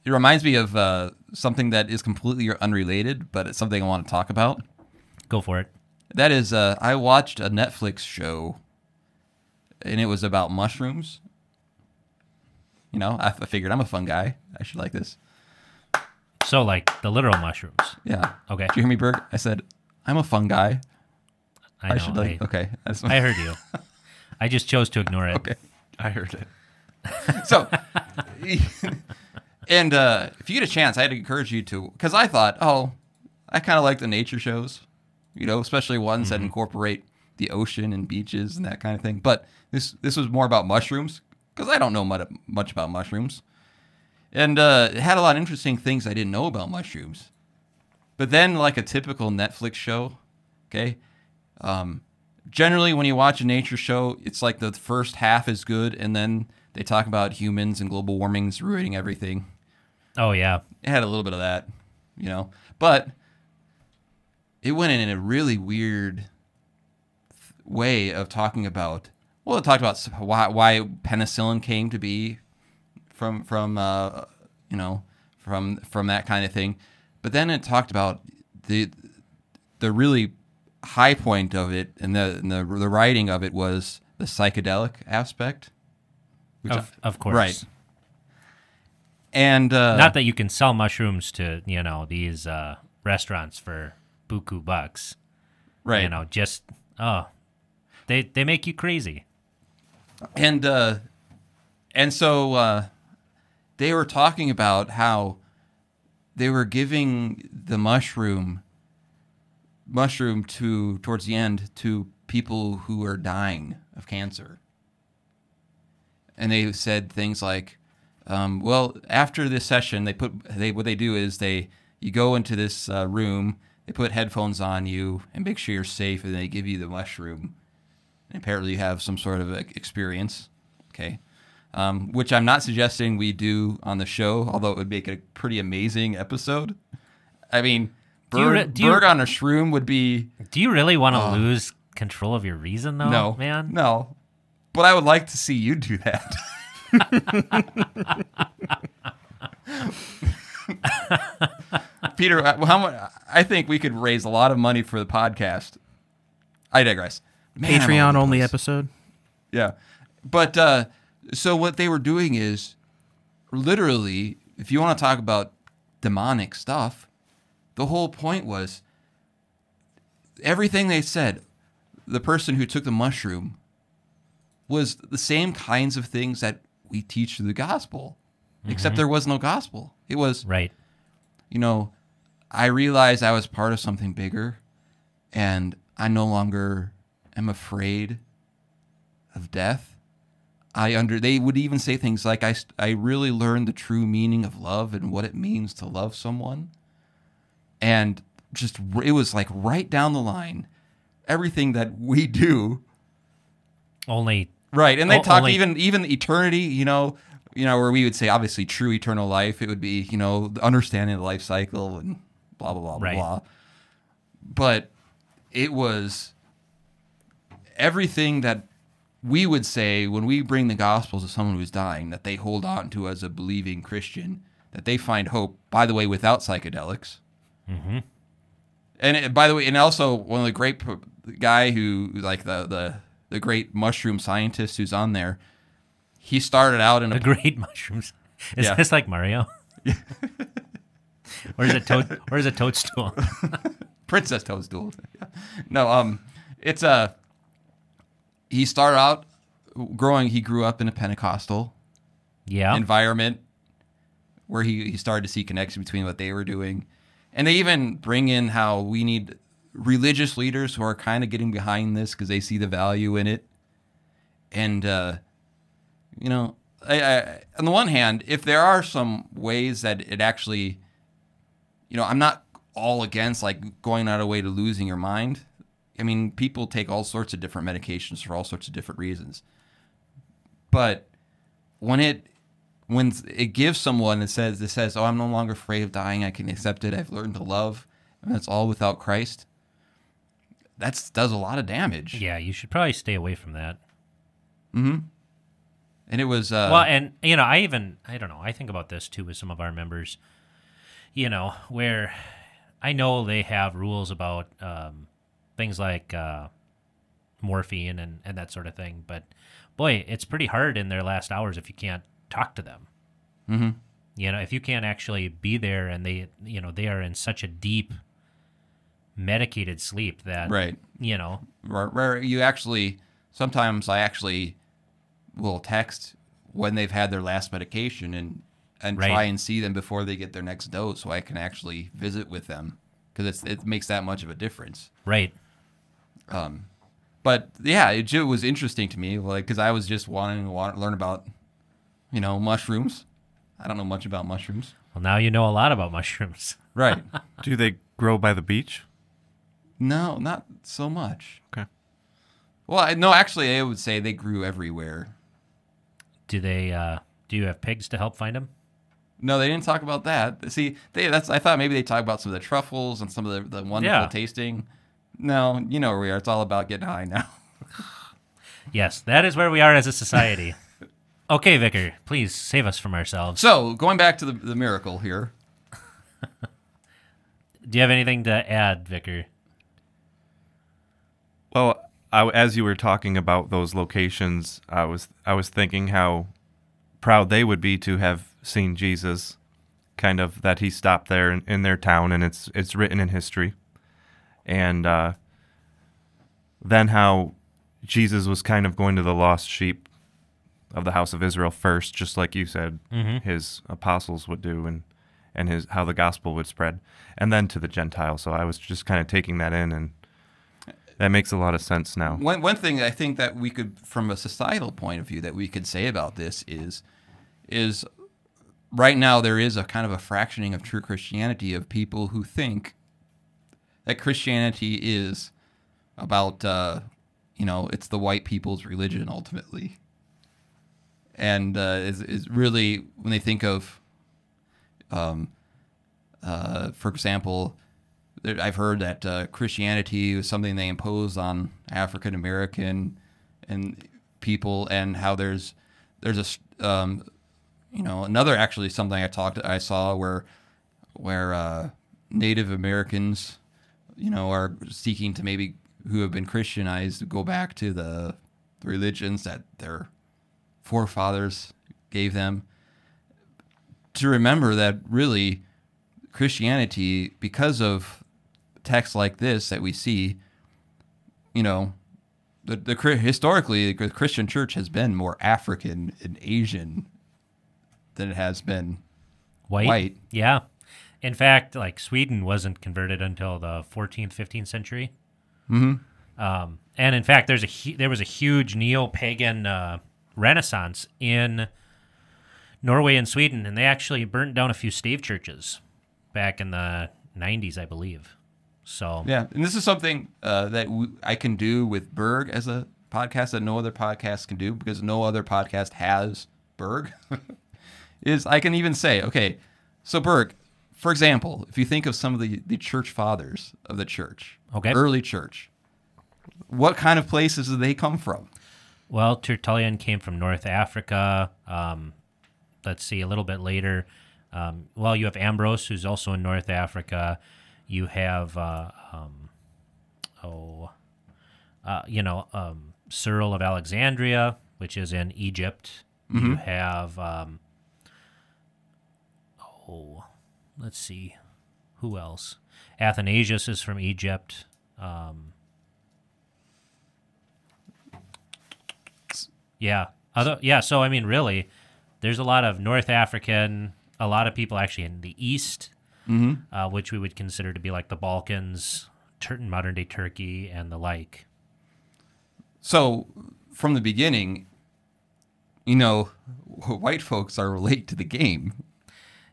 S3: It reminds me of uh, something that is completely unrelated, but it's something I want to talk about.
S1: Go for it.
S3: That is, uh, I watched a Netflix show, and it was about mushrooms. You know, I, I figured I'm a fun guy. I should like this.
S1: So, like the literal mushrooms.
S3: Yeah.
S1: Okay.
S3: Did you hear me, Berg? I said I'm a fun guy.
S1: I,
S3: I,
S1: know.
S3: should like.
S1: I,
S3: okay. That's
S1: I heard you. I just chose to ignore it.
S3: okay.
S5: I heard it.
S3: So, and uh, if you get a chance, I'd encourage you to, because I thought, oh, I kind of like the nature shows, you know, especially ones that incorporate the ocean and beaches and that kind of thing. But this this was more about mushrooms, because I don't know mu- much about mushrooms, and uh, it had a lot of interesting things I didn't know about mushrooms. But then, like a typical Netflix show, okay, um, generally when you watch a nature show, it's like the first half is good, and then they talk about humans and global warming's ruining everything.
S1: Oh yeah.
S3: It had a little bit of that, you know, but it went in a really weird th- way of talking about. Well, it talked about s- why, why penicillin came to be from from uh, you know from from that kind of thing, but then it talked about the the really high point of it and the and the, the writing of it was the psychedelic aspect. Which
S1: Of, of course.
S3: Right. and uh,
S1: Not that you can sell mushrooms to you know these uh, restaurants for buku bucks.
S3: right.
S1: You know, just oh, they they make you crazy.
S3: and uh, and so uh, they were talking about how they were giving the mushroom mushroom to towards the end to people who are dying of cancer and they said things like um, well after this session they put they what they do is they you go into this uh, room they put headphones on you and make sure you're safe and they give you the mushroom and apparently you have some sort of like, experience okay um, which i'm not suggesting we do on the show although it would make a pretty amazing episode i mean
S1: Do you
S3: Berg,
S1: re- do you-
S3: Berg on a shroom would be
S1: Do you really want to lose control of your reason though,
S3: Uh. no
S1: man?
S3: no but i would like to see you do that peter I- how much i think we could raise a lot of money for the podcast i digress Man, I'm all over
S2: Patreon
S3: the
S2: only
S3: place.
S2: episode.
S3: Yeah. But uh, so what they were doing is literally, if you want to talk about demonic stuff, the whole point was everything they said, the person who took the mushroom was the same kinds of things that we teach through the gospel, except there was no gospel. It was
S1: Right.
S3: you know, I realized I was part of something bigger and I no longer am afraid of death. I under they would even say things like I st- I really learned the true meaning of love and what it means to love someone. And just r- it was like right down the line everything that we do
S1: Only
S3: Right, and they
S1: O-
S3: talk
S1: only-
S3: even even eternity. You know, you know where we would say obviously true eternal life. It would be you know the understanding of the life cycle and blah blah blah blah,
S1: Right.
S3: blah. But it was everything that we would say when we bring the gospel to someone who's dying that they hold on to as a believing Christian that they find hope. By the way, without psychedelics. And it, by the way, and also one of the great p- guy who like the the the great mushroom scientist who's on there. He started out in a
S1: the great mushrooms. Is
S3: Yeah.
S1: this like Mario? or is it toad? Or is it toadstool?
S3: Princess Toadstool. no, um, it's a. He started out growing. He grew up in a Pentecostal
S1: yeah.
S3: environment where he, he started to see connection between what they were doing. And they even bring in how we need religious leaders who are kind of getting behind this because they see the value in it. And, uh, you know, I, I, on the one hand, if there are some ways that it actually, you know, I'm not all against like going out of way to losing your mind. I mean, people take all sorts of different medications for all sorts of different reasons. But when it when it gives someone it says it says oh i'm no longer afraid of dying i can accept it i've learned to love and that's all without christ that's does a lot of damage
S1: Yeah, you should probably stay away from that.
S3: and it was uh
S1: well, and you know, I even I don't know. I think about this too with some of our members. You know, where I know they have rules about um, things like uh, morphine and and that sort of thing, but boy, it's pretty hard in their last hours if you can't talk to them. Mm-hmm. You know, if you can't actually be there, and they you know they are in such a deep medicated sleep that
S3: right
S1: you know
S3: where, where you actually sometimes I actually will text when they've had their last medication and and
S1: Right.
S3: try and see them before they get their next dose so I can actually visit with them because it's it makes that much of a difference. Um,
S1: right
S3: But yeah, it, ju- was interesting to me like because I was just wanting to wa- learn about you know mushrooms. I don't know much about mushrooms.
S1: well now you know a lot about mushrooms
S3: Right.
S5: Do they grow by the beach?
S3: no, not so much.
S5: Okay.
S3: Well, I, no, actually, I would say they grew everywhere.
S1: do they uh do you have pigs to help find them
S3: No, they didn't talk about that. See, they, that's I thought maybe they talked about some of the truffles and some of the, the wonderful
S1: Yeah.
S3: tasting. No, you know where we are. It's all about getting high now.
S1: Yes, that is where we are as a society. okay, Vicar, please save us from ourselves.
S3: So going back to the, the miracle here.
S1: Do you have anything to add, Vicar?
S5: Well, I, as you were talking about those locations, I was I was thinking how proud they would be to have seen Jesus, kind of that he stopped there in, in their town, and it's it's written in history, and uh, then how Jesus was kind of going to the lost sheep of the house of Israel first, just like you said,
S3: Mm-hmm.
S5: his apostles would do, and and his how the gospel would spread, and then to the Gentiles. So I was just kind of taking that in and. That makes a lot of sense now.
S3: One one thing I think that we could, from a societal point of view, that we could say about this is, is right now there is a kind of a fractioning of true Christianity of people who think that Christianity is about, uh, you know, it's the white people's religion ultimately, and uh, is is really when they think of, um, uh, for example, there- I've heard that uh, Christianity was something they imposed on African American and people, and how there's there's a s- um, you know another actually something I talked I saw where where uh, Native Americans you know are seeking to maybe who have been Christianized go back to the religions that their forefathers gave them to remember that really Christianity because of texts like this that we see, you know, the, the Chri- historically the Christian church has been more African and Asian than it has been.
S1: White?
S3: White.
S1: Yeah. In fact, like Sweden wasn't converted until the 14th, 15th century. Mm-hmm. Um, and in fact, there's a hu- there was a huge neo pagan uh, Renaissance in Norway and Sweden, and they actually burnt down a few stave churches back in the 90s, I believe. So
S3: Yeah, and this is something uh, that w- I can do with Berg as a podcast that no other podcast can do because no other podcast has Berg. is I can even say, okay, so Berg, for example, if you think of some of the, the church fathers of the church,
S1: Okay.
S3: early church, what kind of places did they come from?
S1: Well, Tertullian came from North Africa. Um, let's see, a little bit later. Um, well, you have Ambrose, who's also in North Africa. You have, uh, um, oh, uh, you know, um, Cyril of Alexandria, which is in Egypt. You have, um, oh, let's see, who else? Athanasius is from Egypt. Um, Yeah. Other yeah, so I mean really there's a lot of North African, a lot of people actually in the east, uh, which we would consider to be like the Balkans, Tur- modern day Turkey, and the like.
S3: So from the beginning, you know, white folks are late to the game.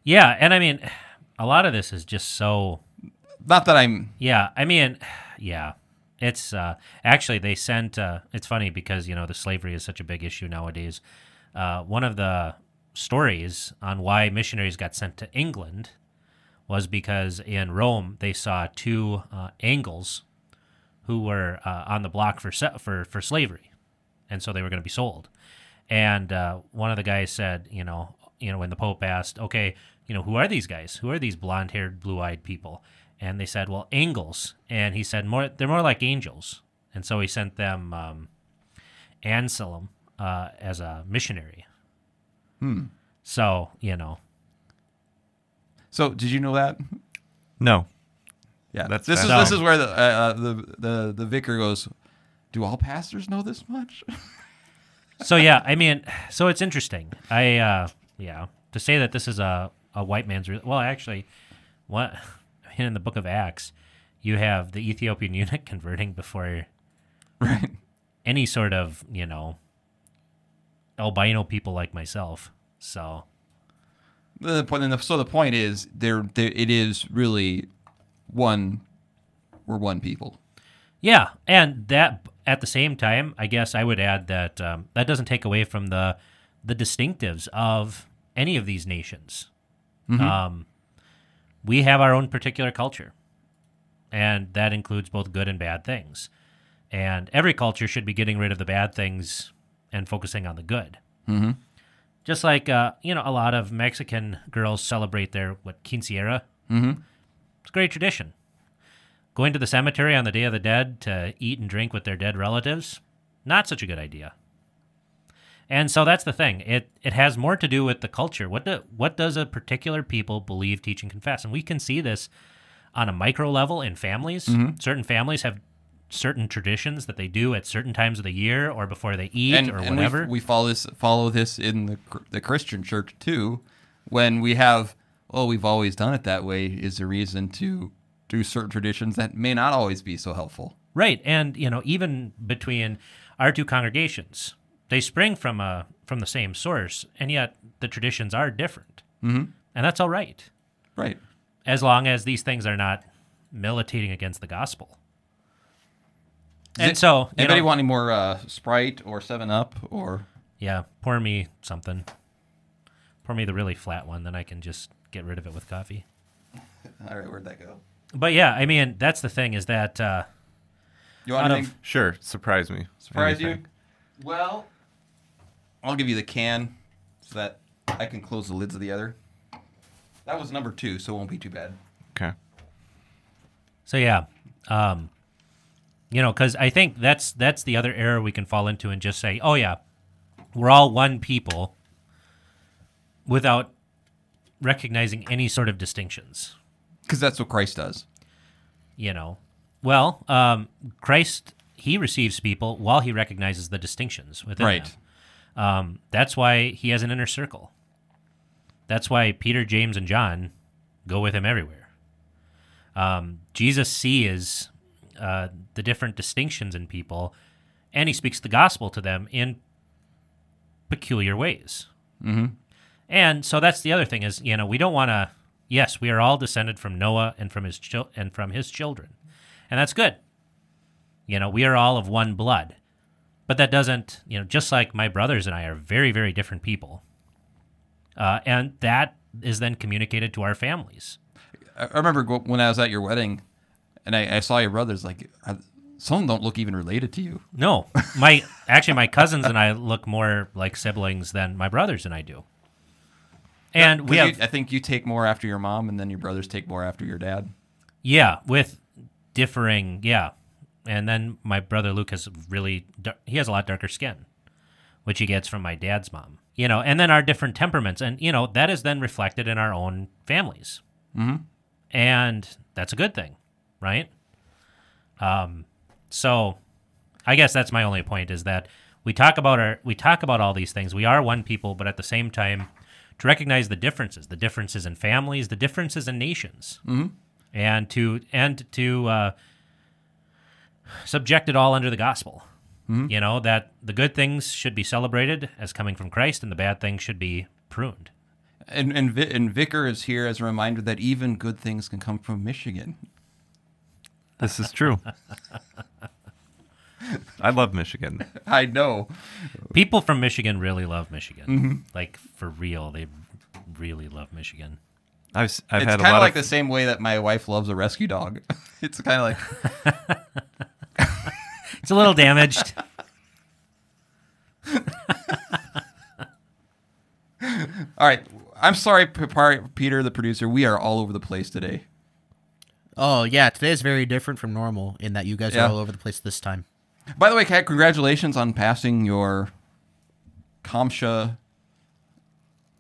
S1: Yeah, and I mean, a lot of this is just so
S3: Not that I'm
S1: Yeah, I mean, yeah. It's uh, actually they sent. Uh, it's funny because you know the slavery is such a big issue nowadays. Uh, one of the stories on why missionaries got sent to England was because in Rome they saw two uh, Angles who were uh, on the block for se- for for slavery, and so they were going to be sold. And uh, one of the guys said, you know, you know, when the Pope asked, okay, you know, who are these guys? Who are these blonde-haired, blue-eyed people? And they said, well, angels. And he said, more, they're more like angels. And so he sent them um, Anselm uh, as a missionary. Hmm. So you know,
S3: so. Did you know that?
S5: No.
S3: Yeah,
S5: That's
S3: this is
S5: fascinating.
S3: this is where the uh, uh, the the the vicar goes. Do all pastors know this much?
S1: so yeah, I mean, so it's interesting. I uh, yeah, to say that this is a a white man's re- well, actually, what in the Book of Acts, you have the Ethiopian eunuch converting before
S3: right.
S1: any sort of you know albino people like myself. So
S3: The point. and the- So the point is, there. there- It is really one. We're one people.
S1: Yeah, and that at the same time, I guess I would add that um, that doesn't take away from the the distinctives of any of these nations. Um, we have our own particular culture, and that includes both good and bad things. And every culture should be getting rid of the bad things and focusing on the good. Mm-hmm. Just like uh, you know, a lot of Mexican girls celebrate their what quinceañera. Mm-hmm. It's a great tradition going to the cemetery on the Day of the Dead to eat and drink with their dead relatives, not such a good idea. And so that's the thing. It it has more to do with the culture. What do, what does a particular people believe, teach, and confess? And we can see this on a micro level in families.
S3: Mm-hmm.
S1: Certain families have certain traditions that they do at certain times of the year or before they eat
S3: and
S1: or
S3: and
S1: whatever.
S3: we, we follow this follow this in the cr- the Christian church too, when we have oh we've always done it that way is a reason to do certain traditions that may not always be so helpful.
S1: Right, and you know, even between our two congregations, they spring from a from the same source, and yet the traditions are different, mm-hmm. and that's all right,
S3: Right.
S1: as long as these things are not militating against the gospel. And
S3: it-
S1: so, you
S3: Anybody
S1: know,
S3: want any more uh, Sprite or Seven Up or?
S1: yeah, pour me something. Pour me the really flat one, then I can just get rid of it with coffee.
S3: All right, where'd that go?
S1: But yeah, I mean, that's the thing is that uh,
S3: You want
S1: Out of-
S3: anything?
S5: Sure. Surprise me.
S3: Surprise you?
S5: Anything.
S3: Well, I'll give you the can so that I can close the lids of the other. That was number two, so it won't be too bad.
S5: Okay.
S1: So yeah, um, you know, because I think that's that's the other error we can fall into and just say, oh yeah, we're all one people, without recognizing any sort of distinctions.
S3: Because that's what Christ does.
S1: You know, well, um, Christ he receives people while he recognizes the distinctions within
S3: Right.
S1: them. Um, that's why he has an inner circle. That's why Peter, James, and John go with him everywhere. Um, Jesus sees uh, the different distinctions in people, and he speaks the gospel to them in peculiar ways. Mm-hmm. And so that's the other thing is you know we don't want to. Yes, we are all descended from Noah and from his chil- and from his children, and that's good. You know we are all of one blood, but that doesn't you know just like my brothers and I are very very different people, uh, and that is then communicated to our families.
S3: I I remember go- when I was at your wedding, and I, I saw your brothers. Like, I, some don't look even related to you.
S1: No, my actually my cousins and I look more like siblings than my brothers and I do. And we
S3: 'Cause
S1: have
S3: you- I think you take more after your mom, and then your brothers take more after your dad.
S1: yeah with differing yeah, and then my brother Luke has really dar- he has a lot darker skin, which he gets from my dad's mom. You know, and then our different temperaments, and you know that is then reflected in our own families, mm-hmm. and that's a good thing, right? Um, so I guess that's my only point is that we talk about our we talk about all these things. We are one people, but at the same time, to recognize the differences, the differences in families, the differences in nations, mm-hmm. and to and to uh, subject it all under the gospel. You know that the good things should be celebrated as coming from Christ, and the bad things should be pruned.
S3: And and Vi- and Vicar is here as a reminder that even good things can come from Michigan.
S5: This is true. I love Michigan.
S3: I know.
S1: People from Michigan really love Michigan, like for real. They really love Michigan.
S5: I've, s- I've
S3: it's
S5: had a
S3: kind of
S5: lot
S3: like the
S5: of
S3: same way that my wife loves a rescue dog. it's kind of like
S1: It's a little damaged.
S3: All right. I'm sorry, P- Par- Peter, the producer. We are all over the place today.
S2: Oh yeah, today is very different from normal in that you guys
S3: Yeah.
S2: are all over the place this time.
S3: By the way, Kat, congratulations on passing your Comsha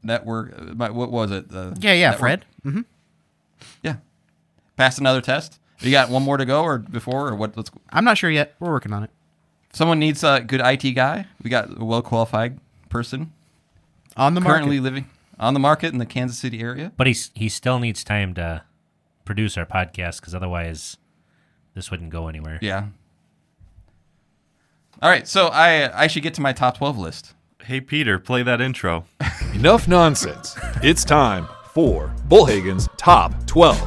S3: network. uh, my- What was it? The
S2: Yeah, yeah,
S3: network-
S2: Fred.
S3: Yeah. Pass another test. You got one more to go, or before, or what? Let's.
S2: I'm not sure yet. We're working on it.
S3: Someone needs a good IT guy. We got a well qualified person
S2: On the
S3: currently
S2: market.
S3: living on the market in the Kansas City area.
S1: But he's he still needs time to produce our podcast because otherwise, this wouldn't go anywhere.
S3: Yeah. All right, so I I should get to my top twelve list.
S5: Hey, Peter, play that intro.
S4: Enough nonsense. It's time for Bullhagen's Top 12.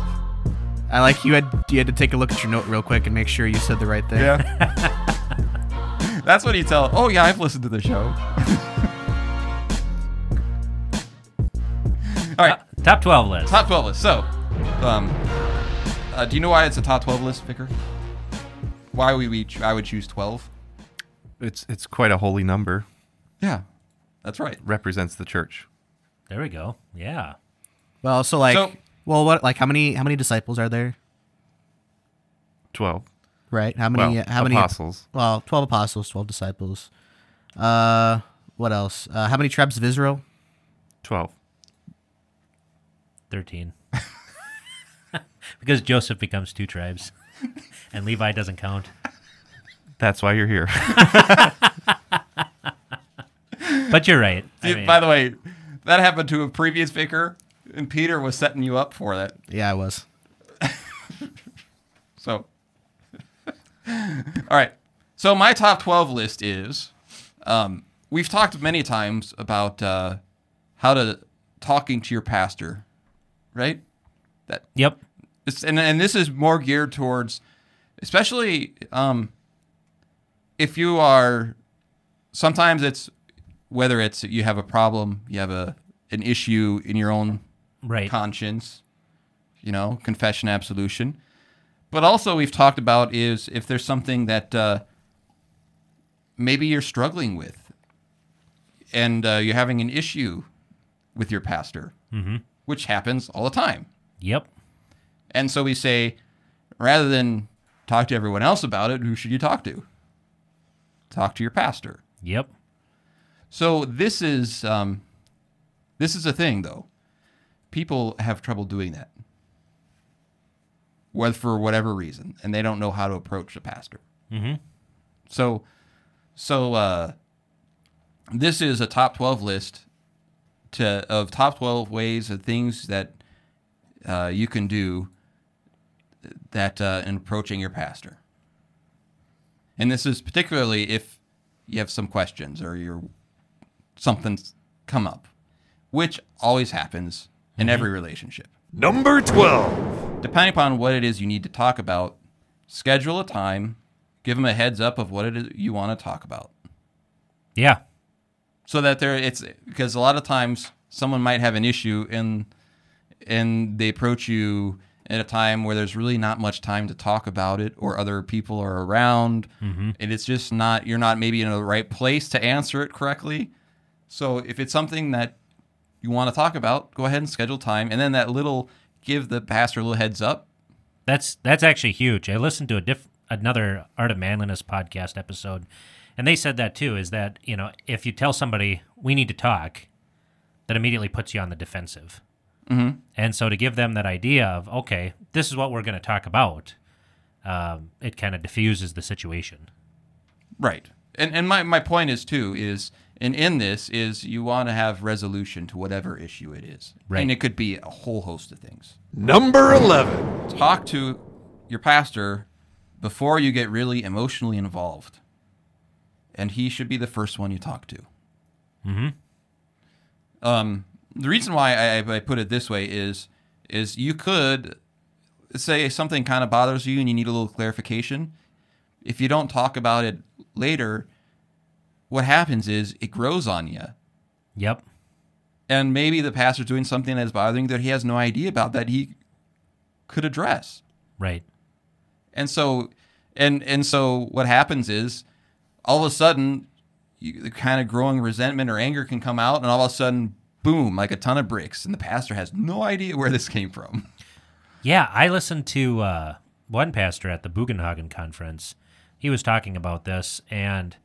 S2: I like you had you had to take a look at your note real quick and make sure you said the right thing.
S3: Yeah. That's what you tell. Oh yeah, I've listened to the show. All right,
S1: Top twelve list.
S3: top twelve list. So, um, uh, do you know why it's a top twelve list, Vicker? Why we we I would choose twelve?
S5: It's, it's quite a holy number,
S3: Yeah, that's right.
S5: represents the church.
S1: There we go. Yeah.
S2: Well, so like,
S3: So-
S2: well, what like how many how many disciples are there?
S5: 12.
S2: Right? How many?
S5: Well,
S2: how many
S5: apostles.
S2: Well, twelve apostles, twelve disciples. Uh, what else? Uh, how many tribes of Israel?
S5: 12.
S1: Thirteen. because Joseph becomes two tribes, and Levi doesn't count.
S5: That's why you're here.
S1: But you're right. I
S3: Dude,
S1: mean,
S3: By the way, that happened to a previous Vicker, and Peter was setting you up for that.
S2: Yeah, I was.
S3: So, all right. So my top twelve list is, um, we've talked many times about uh, how to talking to your pastor, right? That
S1: yep.
S3: it's, and and this is more geared towards, especially um, if you are. Sometimes it's whether it's you have a problem, you have a an issue in your own
S1: Right.
S3: conscience, you know, confession, absolution. But also, we've talked about is if there's something that uh, maybe you're struggling with, and uh, you're having an issue with your pastor, which happens all the time.
S1: Yep.
S3: And so we say, rather than talk to everyone else about it, who should you talk to? Talk to your pastor.
S1: Yep.
S3: So this is um, this is a thing though. People have trouble doing that, whether for whatever reason, and they don't know how to approach a pastor. Mm-hmm. So, so uh, this is a top twelve list to of top twelve ways of things that uh, you can do that uh, in approaching your pastor. And this is particularly if you have some questions or you're something's come up, which always happens in every relationship.
S4: Number 12.
S3: Depending upon what it is you need to talk about, schedule a time, give them a heads up of what it is you want to talk about.
S1: Yeah.
S3: so that there it's because a lot of times someone might have an issue and and they approach you at a time where there's really not much time to talk about it or other people are around and it's just not you're not maybe in the right place to answer it correctly so if it's something that you want to talk about go ahead and schedule time and then that little give the pastor a little heads up
S1: That's that's actually huge. I listened to a diff another Art of Manliness podcast episode, and they said that too. Is that you know if you tell somebody we need to talk, that immediately puts you on the defensive. Mm-hmm. And so to give them that idea of okay, this is what we're going to talk about, um, it kind of diffuses the situation.
S3: Right. And and my, my point is too is and in this is you want to have resolution to whatever issue it is.
S1: Right.
S3: And it could be a whole host of things.
S4: Number 11.
S3: Talk to your pastor before you get really emotionally involved. And he should be the first one you talk to. Mm-hmm. Um, the reason why I, I put it this way is is you could say something kind of bothers you and you need a little clarification. If you don't talk about it later, what happens is it grows on you.
S1: Yep.
S3: And maybe the pastor's doing something that's bothering that he has no idea about that he could address.
S1: Right.
S3: And so, and and so, what happens is, all of a sudden, you, the kind of growing resentment or anger can come out, and all of a sudden, boom, like a ton of bricks, and the pastor has no idea where this came from.
S1: Yeah, I listened to uh, one pastor at the Bugenhagen conference. He was talking about this, and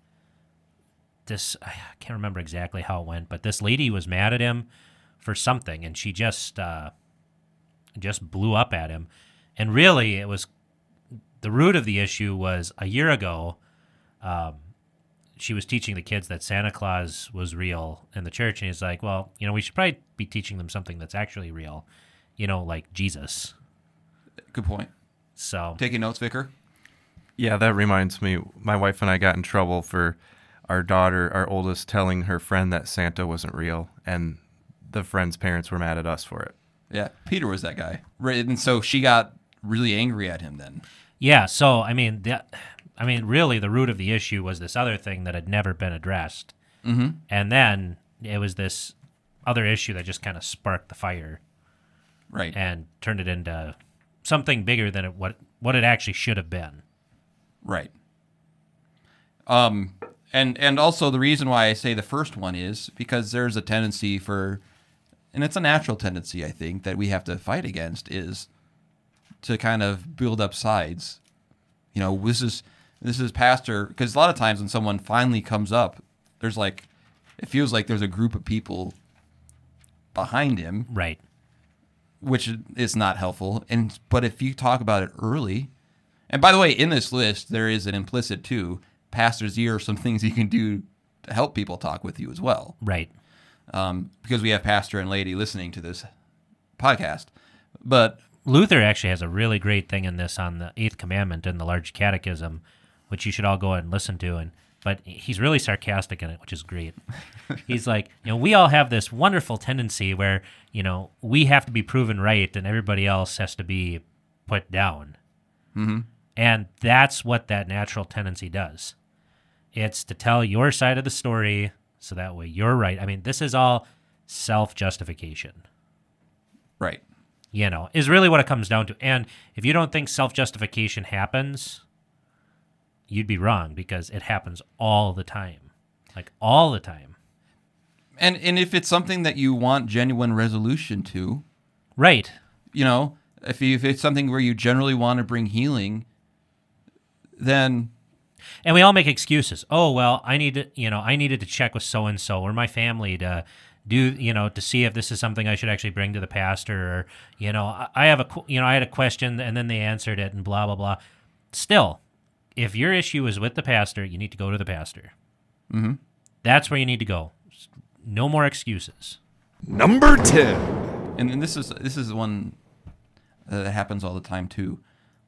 S1: this I can't remember exactly how it went, but this lady was mad at him for something, and she just uh, just blew up at him. And really, it was the root of the issue was a year ago. Um, she was teaching the kids that Santa Claus was real in the church, and he's like, "Well, you know, we should probably be teaching them something that's actually real, you know, like Jesus."
S3: Good point.
S1: So
S3: Taking notes, Vicar.
S5: Yeah, that reminds me. My wife and I got in trouble for our daughter, our oldest, telling her friend that Santa wasn't real, and the friend's parents were mad at us for it.
S3: Yeah, Peter was that guy, right? And so she got really angry at him then.
S1: yeah, so I mean that, I mean really the root of the issue was this other thing that had never been addressed, mm-hmm. and then it was this other issue that just kind of sparked the fire
S3: Right.
S1: and turned it into something bigger than it, what what it actually should have been.
S3: Right. Um, and and also the reason why I say the first one is because there's a tendency for, and it's a natural tendency I think that we have to fight against is to kind of build up sides. You know, this is this is pastor because a lot of times when someone finally comes up, there's like it feels like there's a group of people behind him
S1: Right.
S3: which is not helpful. And but if you talk about it early, and by the way, in this list there is an implicit too. Pastor's ear, some things you can do to help people talk with you as well,
S1: Right.
S3: um, because we have pastor and lady listening to this podcast. But
S1: Luther actually has a really great thing in this on the Eighth Commandment in the Large Catechism, which you should all go and listen to. And but he's really sarcastic in it, which is great. he's like, you know, we all have this wonderful tendency where you know we have to be proven right, and everybody else has to be put down. And that's what that natural tendency does. It's to tell your side of the story so that way you're right. I mean, this is all self justification
S3: right,
S1: you know, is really what it comes down to. And if you don't think self justification happens, you'd be wrong because it happens all the time. Like all the time.
S3: and and if it's something that you want genuine resolution to,
S1: Right.
S3: you know, if, you, if it's something where you generally want to bring healing, then
S1: And we all make excuses. Oh well, I need to you know, I needed to check with so and so or my family to do you know to see if this is something I should actually bring to the pastor or you know I- I have a qu- you know I had a question and then they answered it and blah blah blah. Still, if your issue is with the pastor, you need to go to the pastor. Mm-hmm. That's where you need to go. No more excuses.
S4: Number 10.
S3: and, and this is this is one uh, that happens all the time too,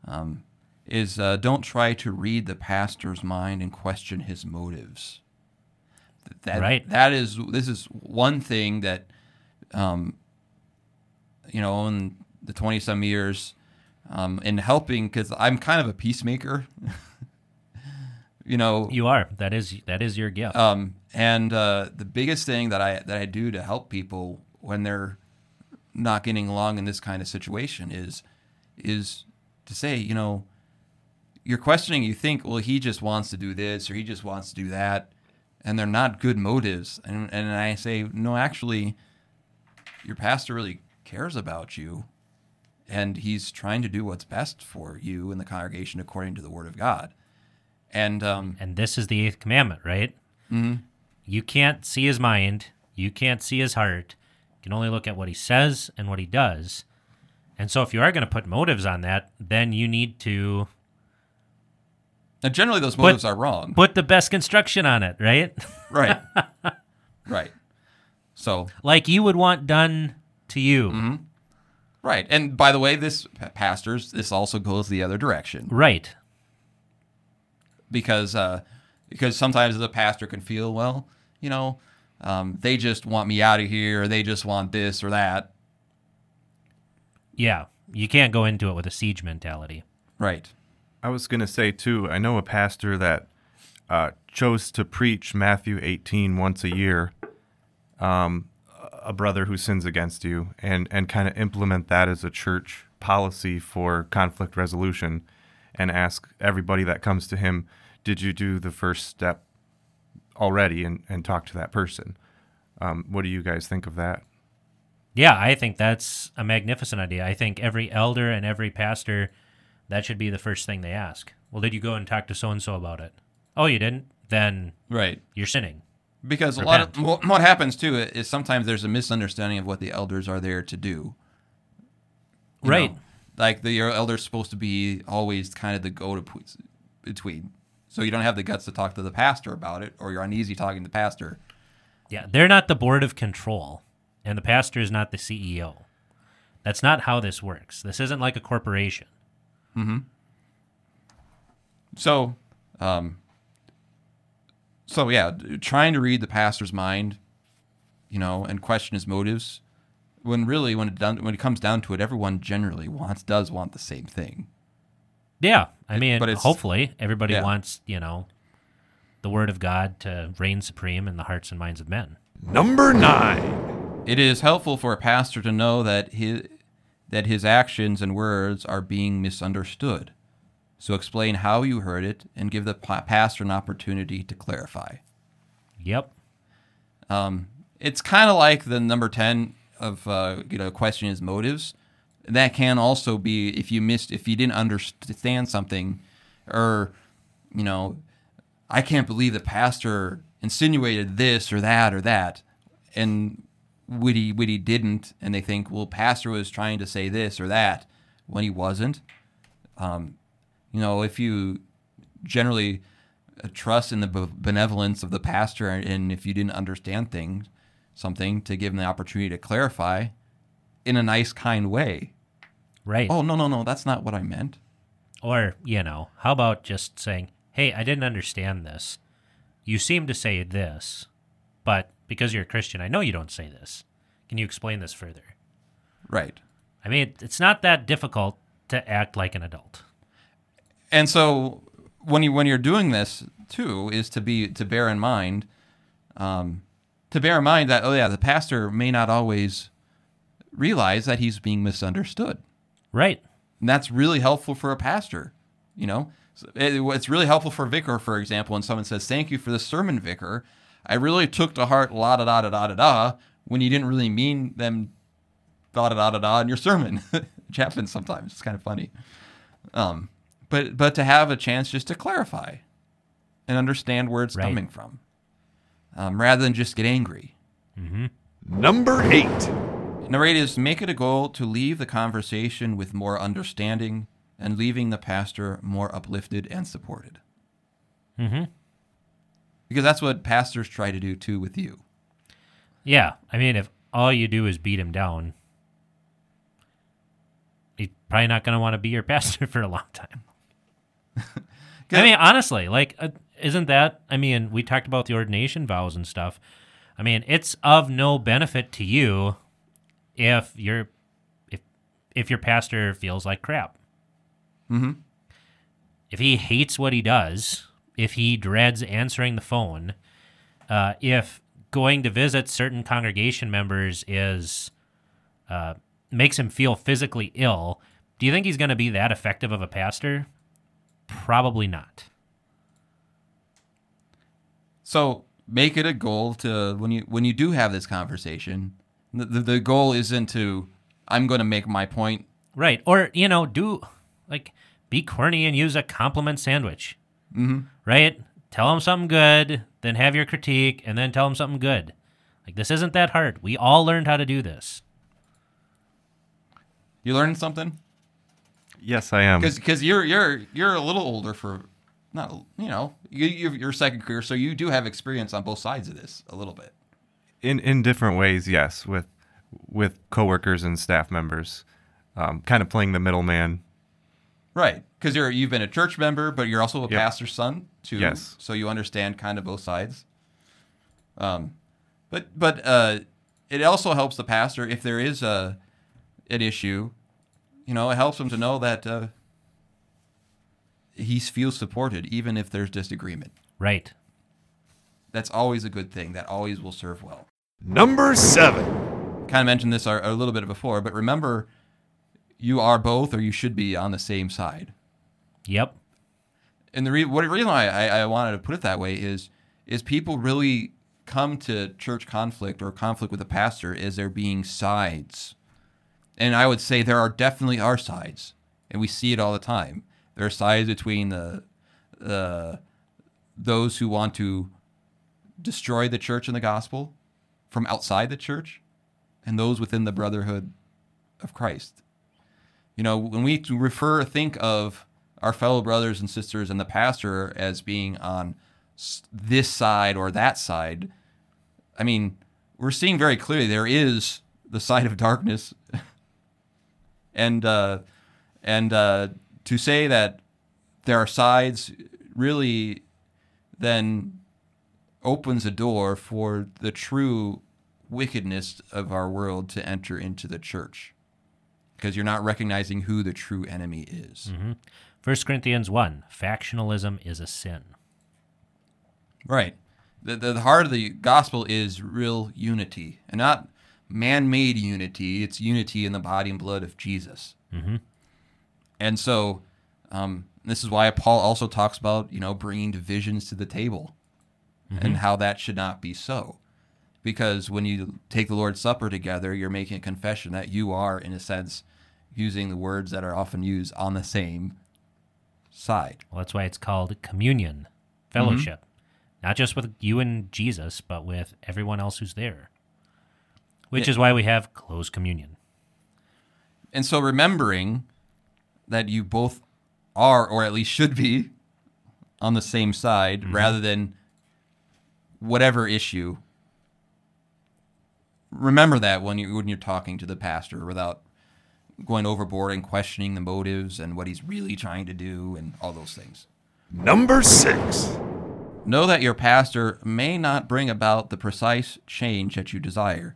S3: um, is uh, don't try to read the pastor's mind and question his motives. That,
S1: Right.
S3: That is this is one thing that, um, you know, in the twenty some years, um, in helping because I'm kind of a peacemaker. you know,
S1: You are. That is that is your gift.
S3: um, and uh, the biggest thing that I that I do to help people when they're not getting along in this kind of situation is is to say, you know, you're questioning. You think, well, he just wants to do this or he just wants to do that, and they're not good motives. And and I say, no, actually, your pastor really cares about you, and he's trying to do what's best for you and the congregation according to the Word of God. And um,
S1: and this is the eighth commandment, right? Mm-hmm. You can't see his mind. You can't see his heart. You can only look at what he says and what he does. And so, if you are going to put motives on that, then you need to
S3: now generally, those motives are wrong.
S1: put the best construction on it, right?
S3: Right. right. So,
S1: like you would want done to you,
S3: right. And by the way, this pastors, this also goes the other direction
S1: right?
S3: because uh, because sometimes the pastor can feel, well, you know, um, they just want me out of here, or they just want this or that.
S1: Yeah, you can't go into it with a siege mentality.
S3: Right.
S5: I was going to say, too, I know a pastor that uh, chose to preach Matthew 18 once a year, um, a brother who sins against you, and, and kind of implement that as a church policy for conflict resolution and ask everybody that comes to him, Did you do the first step already? and, and talk to that person. Um, what do you guys think of that?
S1: Yeah, I think that's a magnificent idea. I think every elder and every pastor, that should be the first thing they ask. Well, did you go and talk to so and so about it? Oh, you didn't? Then
S3: Right.
S1: you're sinning.
S3: Because a lot of what- what happens too is sometimes there's a misunderstanding of what the elders are there to do. you
S1: Right.
S3: know? like the your elder's supposed to be always kind of the go to between. So you don't have the guts to talk to the pastor about it, or you're uneasy talking to the pastor.
S1: Yeah, they're not the board of control, and the pastor is not the CEO. That's not how this works. This isn't like a corporation.
S3: So, um, so yeah, d- trying to read the pastor's mind, you know, and question his motives. When really, when it done, when it comes down to it, everyone generally wants does want the same thing.
S1: Yeah, I mean,
S3: but it's-
S1: hopefully everybody
S3: yeah.
S1: wants you know the word of God to reign supreme in the hearts and minds of men.
S4: Number nine.
S3: It is helpful for a pastor to know that his, that his actions and words are being misunderstood. So explain how you heard it and give the pa- pastor an opportunity to clarify.
S1: Yep.
S3: Um, it's kind of like the number 10 of, uh, you know, question his motives. That can also be if you missed, if you didn't understand something or, you know, I can't believe the pastor insinuated this or that or that. And Witty Witty didn't, and they think, well, pastor was trying to say this or that when he wasn't. Um, you know, if you generally uh, trust in the be- benevolence of the pastor, and if you didn't understand things, something to give him the opportunity to clarify in a nice, kind way.
S1: Right.
S3: Oh no, no, no, that's not what I meant.
S1: Or, you know, how about just saying, hey, I didn't understand this. You seem to say this, but because you're a Christian, I know you don't say this. Can you explain this further?
S3: Right.
S1: I mean, it's not that difficult to act like an adult.
S3: and so when you when you're doing this too is to be to bear in mind um, to bear in mind that oh yeah the pastor may not always realize that he's being misunderstood
S1: Right.
S3: and that's really helpful for a pastor you know So it- it's really helpful for a vicar for example when someone says thank you for the sermon vicar i really took to heart la da da da da da da when you didn't really mean them da da da da da in your sermon which happens sometimes it's kind of funny um, but but to have a chance just to clarify and understand where it's
S1: Right.
S3: coming from um, rather than just get angry
S4: Number eight.
S3: Number eight is make it a goal to leave the conversation with more understanding and leaving the pastor more uplifted and supported. Mm-hmm. Because that's what pastors try to do too with you.
S1: Yeah. I mean, if all you do is beat him down, he's probably not going to want to be your pastor for a long time. I
S3: Yeah.
S1: mean, honestly, like, uh, isn't that? I mean, we talked about the ordination vows and stuff. I mean, it's of no benefit to you if your if if your pastor feels like crap.
S3: Mm-hmm.
S1: If he hates what he does, if he dreads answering the phone, uh, if going to visit certain congregation members is uh, makes him feel physically ill, do you think he's going to be that effective of a pastor? Probably not.
S3: So make it a goal to when you when you do have this conversation, the the, the goal isn't to I'm going to make my point.
S1: Right. Or, you know, do like be corny and use a compliment sandwich. Mm-hmm. Right? Tell them something good, then have your critique, and then tell them something good. Like, this isn't that hard. We all learned how to do this.
S3: You learned something
S5: Yes, I am.
S3: because you're you're you're a little older for not you know you you're, you're second career, so you do have experience on both sides of this a little bit.
S5: in in different ways yes with with coworkers and staff members um, kind of playing the middleman
S3: Right, because you're you've been a church member, but you're also a pastor's son too.
S5: Yes.
S3: so you understand kind of both sides. Um, but but uh, it also helps the pastor if there is a an issue. You know, it helps him to know that uh, he feels supported, even if there's disagreement.
S1: Right.
S3: That's always a good thing. That always will serve well.
S4: Number seven.
S3: Kind of mentioned this a, a little bit before, but remember, you are both, or you should be, on the same side.
S1: Yep.
S3: and the re- what the reason why I, I wanted to put it that way is is people really come to church conflict or conflict with a pastor as there being sides, and I would say there are definitely are sides, and we see it all the time. There are sides between the the those who want to destroy the church and the gospel from outside the church, and those within the brotherhood of Christ. You know, when we refer, think of our fellow brothers and sisters and the pastor as being on s- this side or that side, I mean, we're seeing very clearly there is the side of darkness, and uh, and uh, to say that there are sides really then opens a door for the true wickedness of our world to enter into the church because you're not recognizing who the true enemy is.
S1: First Corinthians 1 Factionalism is a sin.
S3: Right. The, the, the heart of the gospel is real unity and not man made unity. It's unity in the body and blood of Jesus. Mm-hmm. And so um, this is why Paul also talks about, you know, bringing divisions to the table and how that should not be so. Because when you take the Lord's Supper together, you're making a confession that you are, in a sense, using the words that are often used on the same side.
S1: Well, that's why it's called communion, fellowship. Not just with you and Jesus, but with everyone else who's there. Which is why we have closed communion.
S3: And so remembering that you both are, or at least should be, on the same side rather than whatever issue. Remember that when you when you're talking to the pastor without going overboard and questioning the motives and what he's really trying to do and all those things.
S4: Number six.
S3: Know that your pastor may not bring about the precise change that you desire,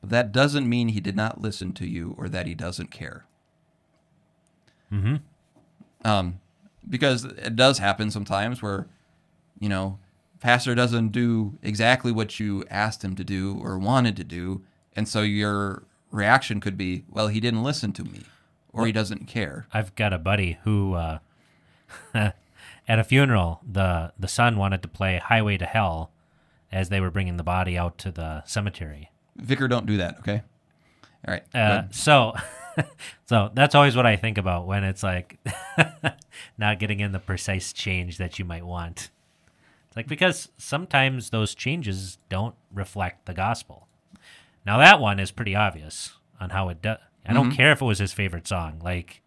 S3: but that doesn't mean he did not listen to you or that he doesn't care. Mm-hmm. Um, because it does happen sometimes where, you know, pastor doesn't do exactly what you asked him to do or wanted to do, and so your reaction could be, "Well, he didn't listen to me, or he doesn't care."
S1: I've got a buddy who, uh, at a funeral, the the son wanted to play Highway to Hell as they were bringing the body out to the cemetery.
S3: Vicar, don't do that. Okay. All right.
S1: Uh,
S3: good.
S1: so, so that's always what I think about when it's like not getting in the precise change that you might want. It's like because sometimes those changes don't reflect the gospel. Now that one is pretty obvious on how it does. I don't care if it was his favorite song. Like,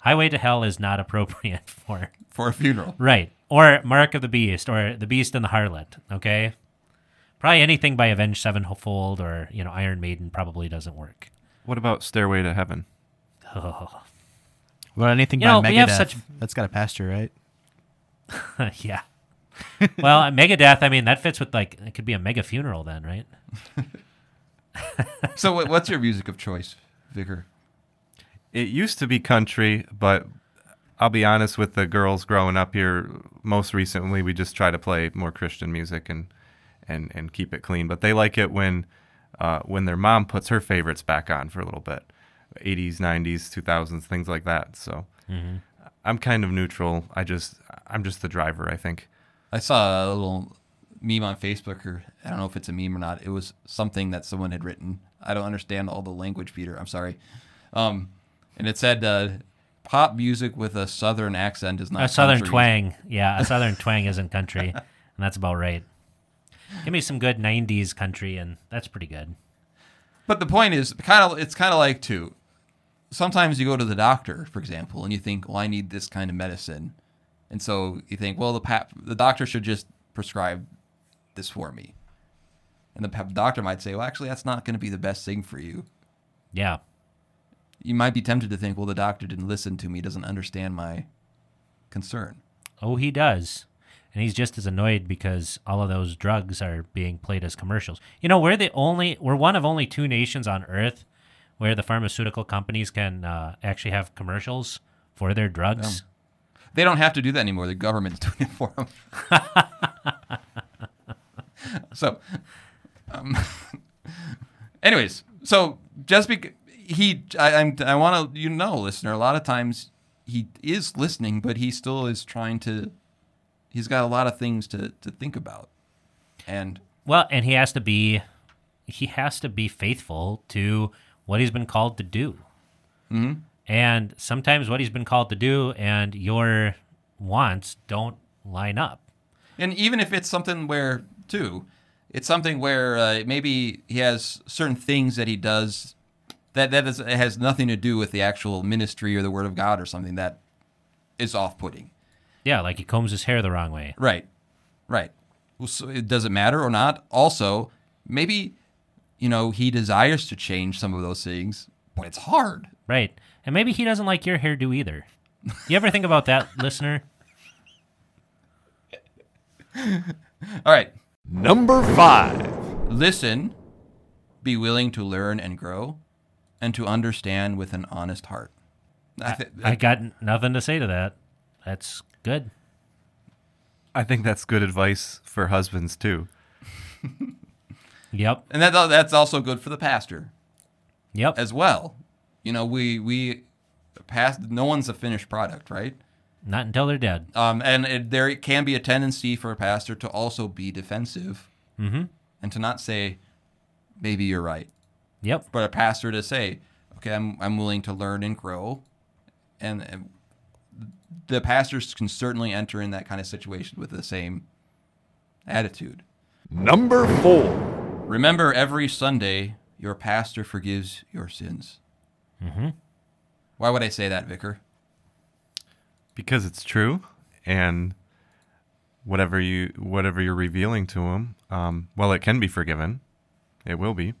S1: "Highway to Hell" is not appropriate for
S3: For a funeral.
S1: right or "Mark of the Beast" or "The Beast and the Harlot." Okay, probably anything by Avenged Sevenfold or you know Iron Maiden probably doesn't work.
S5: what about stairway to heaven
S1: Oh,
S2: Well, anything
S1: You
S2: by
S1: know,
S2: Megadeth.
S1: we have such-
S2: That's got a pastor, right?
S1: yeah. well, uh, Megadeth. I mean, that fits with like it could be a mega funeral then, right?
S3: So what, what's your music of choice, Vicar?
S5: It used to be country, but I'll be honest with the girls growing up here. Most recently, we just try to play more Christian music and and and keep it clean. But they like it when uh, when their mom puts her favorites back on for a little bit, 80s, 90s, 2000s, things like that. So
S3: Mm-hmm.
S5: I'm kind of neutral. I just I'm just the driver. I think.
S3: I saw a little meme on Facebook, or I don't know if it's a meme or not. It was something that someone had written. I don't understand all the language, Peter. I'm sorry. Um, and it said, uh, "Pop music with a southern accent is not
S1: A southern
S3: country."
S1: twang, yeah, a southern twang isn't country, and that's about right. Give me some good '90s country, and that's pretty good.
S3: But the point is, kind of, it's kind of like too. Sometimes you go to the doctor, for example, and you think, "Well, I need this kind of medicine," and so you think, "Well, the pap- the doctor should just prescribe this for me," and the pap- doctor might say, "Well, actually, that's not going to be the best thing for you."
S1: Yeah,
S3: You might be tempted to think, "Well, the doctor didn't listen to me; doesn't understand my concern."
S1: oh, he does, and he's just as annoyed because all of those drugs are being played as commercials. You know, we're the only, we're one of only two nations on Earth where the pharmaceutical companies can uh, actually have commercials for their drugs.
S3: They don't have to do that anymore. The government's doing it for them. so, um, anyways, so just because he, I, I'm, I want to, you know, listener, a lot of times he is listening, but he still is trying to, he's got a lot of things to, to think about. And
S1: Well, and he has to be he has to be faithful to what he's been called to do. Mm-hmm. And sometimes what he's been called to do and your wants don't line up.
S3: And even if it's something where, too, it's something where uh, maybe he has certain things that he does that that is, has nothing to do with the actual ministry or the Word of God or something that is off-putting.
S1: Yeah, like he combs his hair the wrong way.
S3: Right, right. Well, So it does it matter or not? Also, maybe you know he desires to change some of those things, but it's hard.
S1: Right. And maybe he doesn't like your hairdo either. You ever think about that, listener?
S3: All right,
S4: Number five.
S3: listen, be willing to learn and grow, and to understand with an honest heart. I, thi-
S1: I got n- nothing to say to that. That's good.
S5: I think that's good advice for husbands too.
S1: Yep.
S3: and that that's also good for the pastor
S1: Yep.
S3: as well. You know, we we past no one's a finished product, right?
S1: Not until they're dead.
S3: Um, and it, there can be a tendency for a pastor to also be defensive and to not say, maybe you're right,
S1: Yep.
S3: but a pastor to say, okay, I'm I'm willing to learn and grow, and, and the pastors can certainly enter in that kind of situation with the same attitude.
S4: Number four.
S3: Remember every Sunday your pastor forgives your sins. Mm-hmm. Why would I say that, Vicar?
S5: because it's true and whatever you whatever you're revealing to him um, well it can be forgiven it will be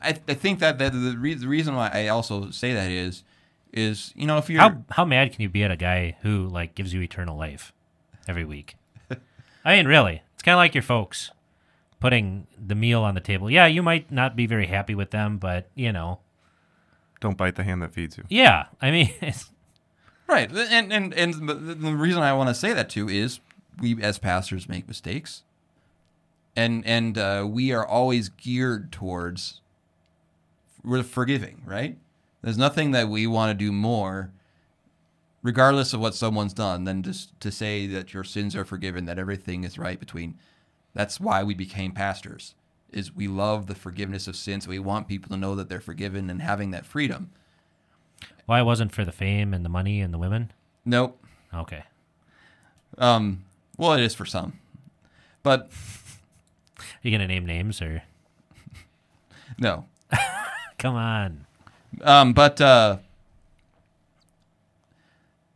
S3: I, I think that, that the, re- the reason why I also say that is, is you know if you're
S1: how how mad can you be at a guy who like gives you eternal life every week? I mean, really, it's kind of like your folks putting the meal on the table. Yeah, you might not be very happy with them, but you know,
S5: don't bite the hand that feeds you
S1: yeah. I mean, it's,
S3: right, and and and the, the reason I want to say that too is we as pastors make mistakes, and and uh, we are always geared towards we're forgiving, right? There's nothing that we want to do more, regardless of what someone's done, than just to say that your sins are forgiven, that everything is right between. That's why we became pastors. Is we love the forgiveness of sins. We want people to know that they're forgiven and having that freedom.
S1: why it wasn't for the fame and the money and the women?
S3: Nope.
S1: Okay,
S3: Um, well, it is for some, but
S1: are you gonna name names or
S3: no.
S1: come on?
S3: Um, but uh,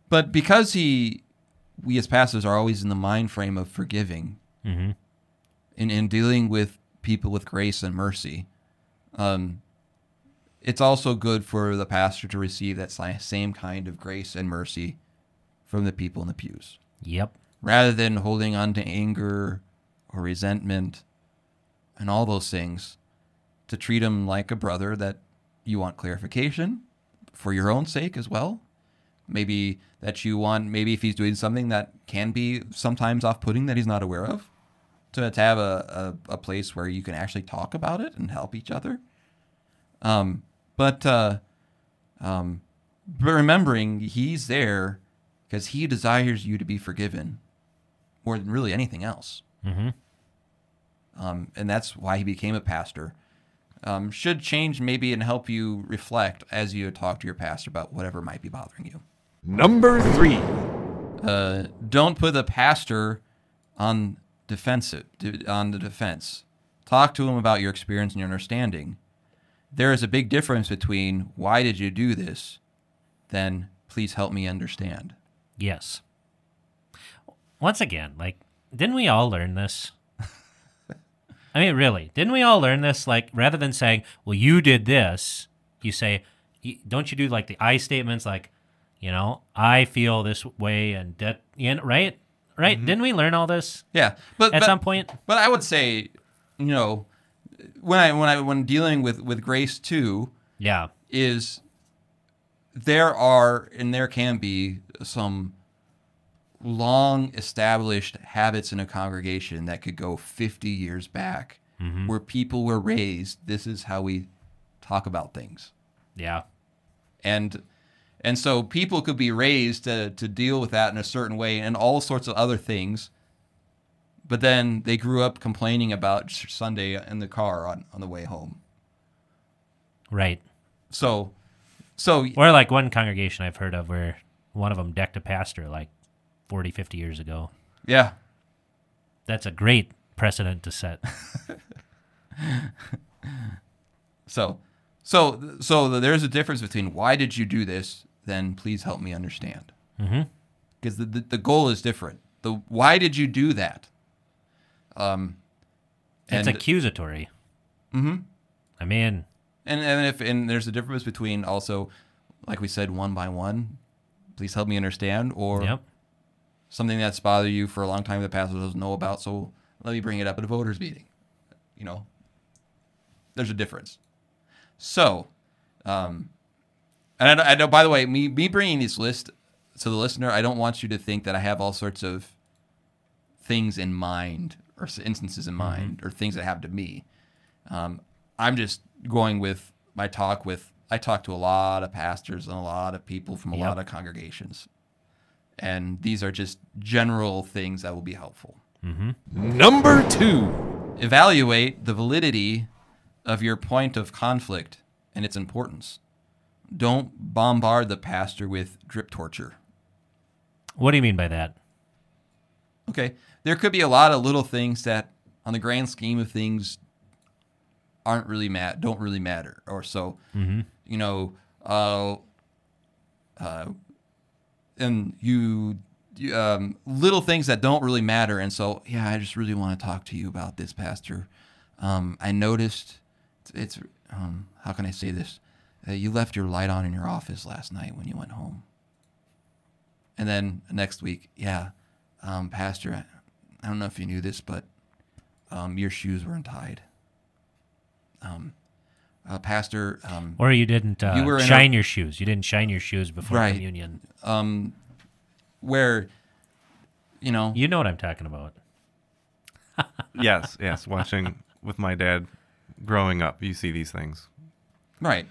S3: but because he, we as pastors are always in the mind frame of forgiving, and in dealing with people with grace and mercy, um, it's also good for the pastor to receive that si- same kind of grace and mercy from the people in the pews.
S1: Yep.
S3: rather than holding on to anger or resentment and all those things, to treat him like a brother that you want clarification for your own sake as well. Maybe that you want, maybe if he's doing something that can be sometimes off putting that he's not aware of, to, to have a, a, a place where you can actually talk about it and help each other. Um, but, uh, um, but remembering he's there because he desires you to be forgiven more than really anything else.
S1: Mhm.
S3: Um, and that's why he became a pastor. Um, should change maybe and help you reflect as you talk to your pastor about whatever might be bothering you.
S4: Number three.
S3: Uh, don't put the pastor on defensive d- on the defense. Talk to him about your experience and your understanding. There is a big difference between why did you do this, then please help me understand.
S1: Yes. Once again, like, didn't we all learn this? I mean, really, didn't we all learn this? Like, rather than saying, well, you did this, you say, y- don't you do like the I statements, like, you know, I feel this way and that, you know, right? Right? Didn't we learn all this
S3: Yeah, Mm-hmm. but
S1: at
S3: but-
S1: some point?
S3: But I would say, you know, when I when I when dealing with with grace too
S1: Yeah.
S3: is there are and there can be some long established habits in a congregation that could go 50 years back where people were raised this is how we talk about things
S1: Yeah.
S3: and and so people could be raised to, to deal with that in a certain way and all sorts of other things but then they grew up complaining about sunday in the car on, on the way home
S1: Right.
S3: so so
S1: Or like one congregation I've heard of where one of them decked a pastor like 40, 50 years ago.
S3: yeah
S1: That's a great precedent to set.
S3: so so so there's a difference between why did you do this then please help me understand
S1: Mhm.
S3: because the, the, the goal is different the why did you do that um
S1: It's
S3: and-
S1: accusatory.
S3: Mhm.
S1: I mean,
S3: And and if and there's a difference between also, like we said, one by one. Please help me understand, or
S1: yep.
S3: something that's bothered you for a long time the pastor doesn't know about. So let me bring it up at a voters meeting. You know, there's a difference. So, um, and I, don't- I know. By the way, me me bringing this list to the listener, I don't want you to think that I have all sorts of things in mind or s- instances in mind or things that happened to me. Um, I'm just going with my talk with. I talk to a lot of pastors and a lot of people from a
S1: Yep.
S3: lot of congregations, and these are just general things that will be helpful.
S4: Number two.
S3: Evaluate the validity of your point of conflict and its importance. Don't bombard the pastor with drip torture.
S1: What do you mean by that?
S3: Okay. There could be a lot of little things that, on the grand scheme of things, aren't really mat don't really matter, or so. You know, uh, uh, and you, you, um, little things that don't really matter, and so yeah, I just really want to talk to you about this, Pastor. Um, I noticed it's, it's um, how can I say this? Uh, you left your light on in your office last night when you went home. And then next week, yeah, um, Pastor, I, I don't know if you knew this, but um, your shoes were untied. Um, uh, Pastor, um,
S1: Or you didn't uh,
S3: You were in
S1: shine
S3: a-
S1: your shoes. You didn't shine your shoes before
S3: Right.
S1: communion.
S3: where, you know,
S1: You know what I'm talking about.
S5: yes, yes. Watching with my dad growing up, you see these things.
S3: right.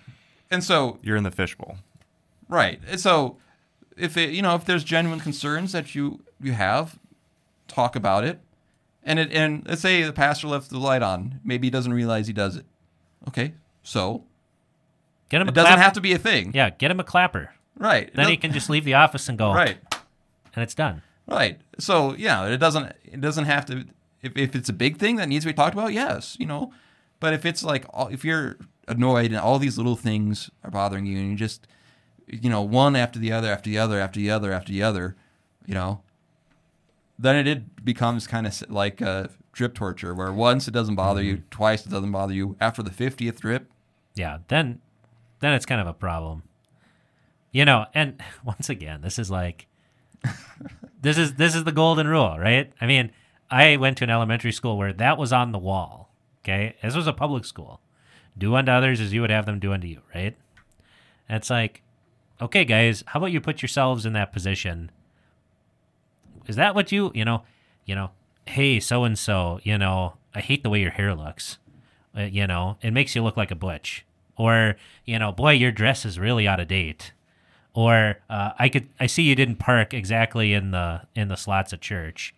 S3: And so
S5: You're in the fishbowl.
S3: Right. And So if it, you know if there's genuine concerns that you you have, talk about it. And it and let's say the pastor left the light on. Maybe he doesn't realize he does it. Okay. So
S1: Get him a
S3: it doesn't
S1: clapper.
S3: have to be a thing.
S1: Yeah, get him a clapper.
S3: Right. It
S1: Then he
S3: doesn't-
S1: can just leave the office and go.
S3: Right.
S1: And it's done.
S3: Right. So yeah, it doesn't it doesn't have to if, if it's a big thing that needs to be talked about, yes, you know. But if it's like all- if you're annoyed and all these little things are bothering you and you just you know, one after the other after the other after the other after the other, you know, then it- it becomes kind of like uh, drip torture where once it doesn't bother you, twice it doesn't bother you, after the 50th drip,
S1: yeah then then it's kind of a problem you know and once again this is like this is this is the golden rule, right? I mean, I went to an elementary school where that was on the wall. Okay, this was a public school. Do unto others as you would have them do unto you, right? And it's like, okay, guys, how about you put yourselves in that position? Is that what you you know, you know? Hey, so and so, you know, I hate the way your hair looks. Uh, you know, it makes you look like a butch. Or you know, boy, your dress is really out of date or uh, I could I see you didn't park exactly in the in the slots at church,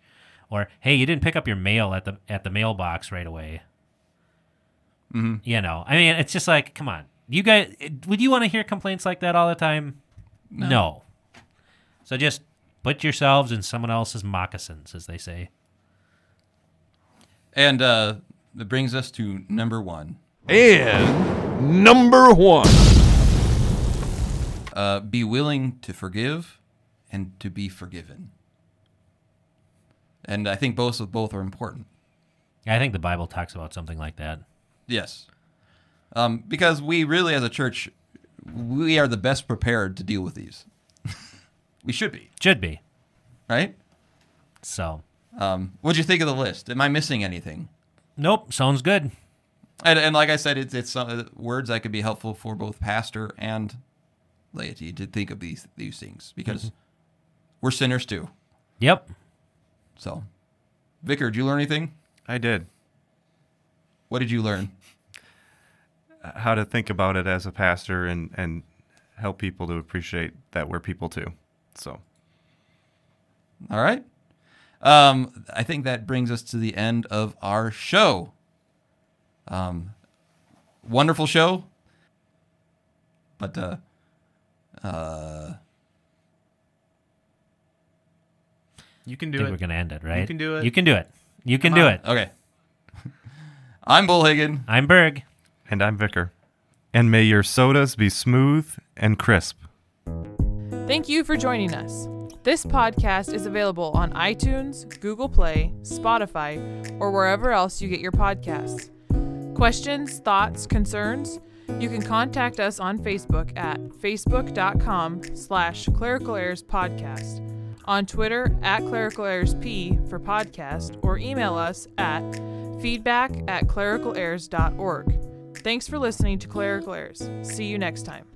S1: or hey, you didn't pick up your mail at the at the mailbox right away. You know, I mean, it's just like, come on, you guys, would you want to hear complaints like that all the time? No. So just put yourselves in someone else's moccasins, as they say.
S3: And uh, that brings us to number one.
S4: And number one.
S3: Uh, be willing to forgive and to be forgiven. And I think both of both are important.
S1: I think the Bible talks about something like that.
S3: Yes. Um, because we really, as a church, we are the best prepared to deal with these. we should be,
S1: Should be.
S3: right?
S1: So,
S3: Um, what'd you think of the list? Am I missing anything?
S1: nope, sounds good.
S3: And, and like I said, it's it's uh, words that could be helpful for both pastor and laity to think of these these things because we're sinners too.
S1: Yep.
S3: So, Vicar, did you learn anything?
S5: I did.
S3: What did you learn?
S5: How to think about it as a pastor and, and help people to appreciate that we're people too. So
S3: All right. Um, I think that brings us to the end of our show. Um, wonderful show. But uh, uh,
S2: You can do
S1: I think
S2: it.
S1: we're gonna end it, right?
S2: can do it.
S1: You can do it. You can do it.
S3: okay. I'm Bull Higgin.
S1: I'm Berg.
S5: and I'm Vicar. And may your sodas be smooth and crisp.
S6: Thank you for joining us. This podcast is available on iTunes, Google Play, Spotify, or wherever else you get your podcasts. Questions, thoughts, concerns? You can contact us on Facebook at facebook.com slash clerical errors podcast, on Twitter at clerical errors p for podcast, or email us at feedback at clericalerrors.org. Thanks for listening to Clerical Errors. See you next time.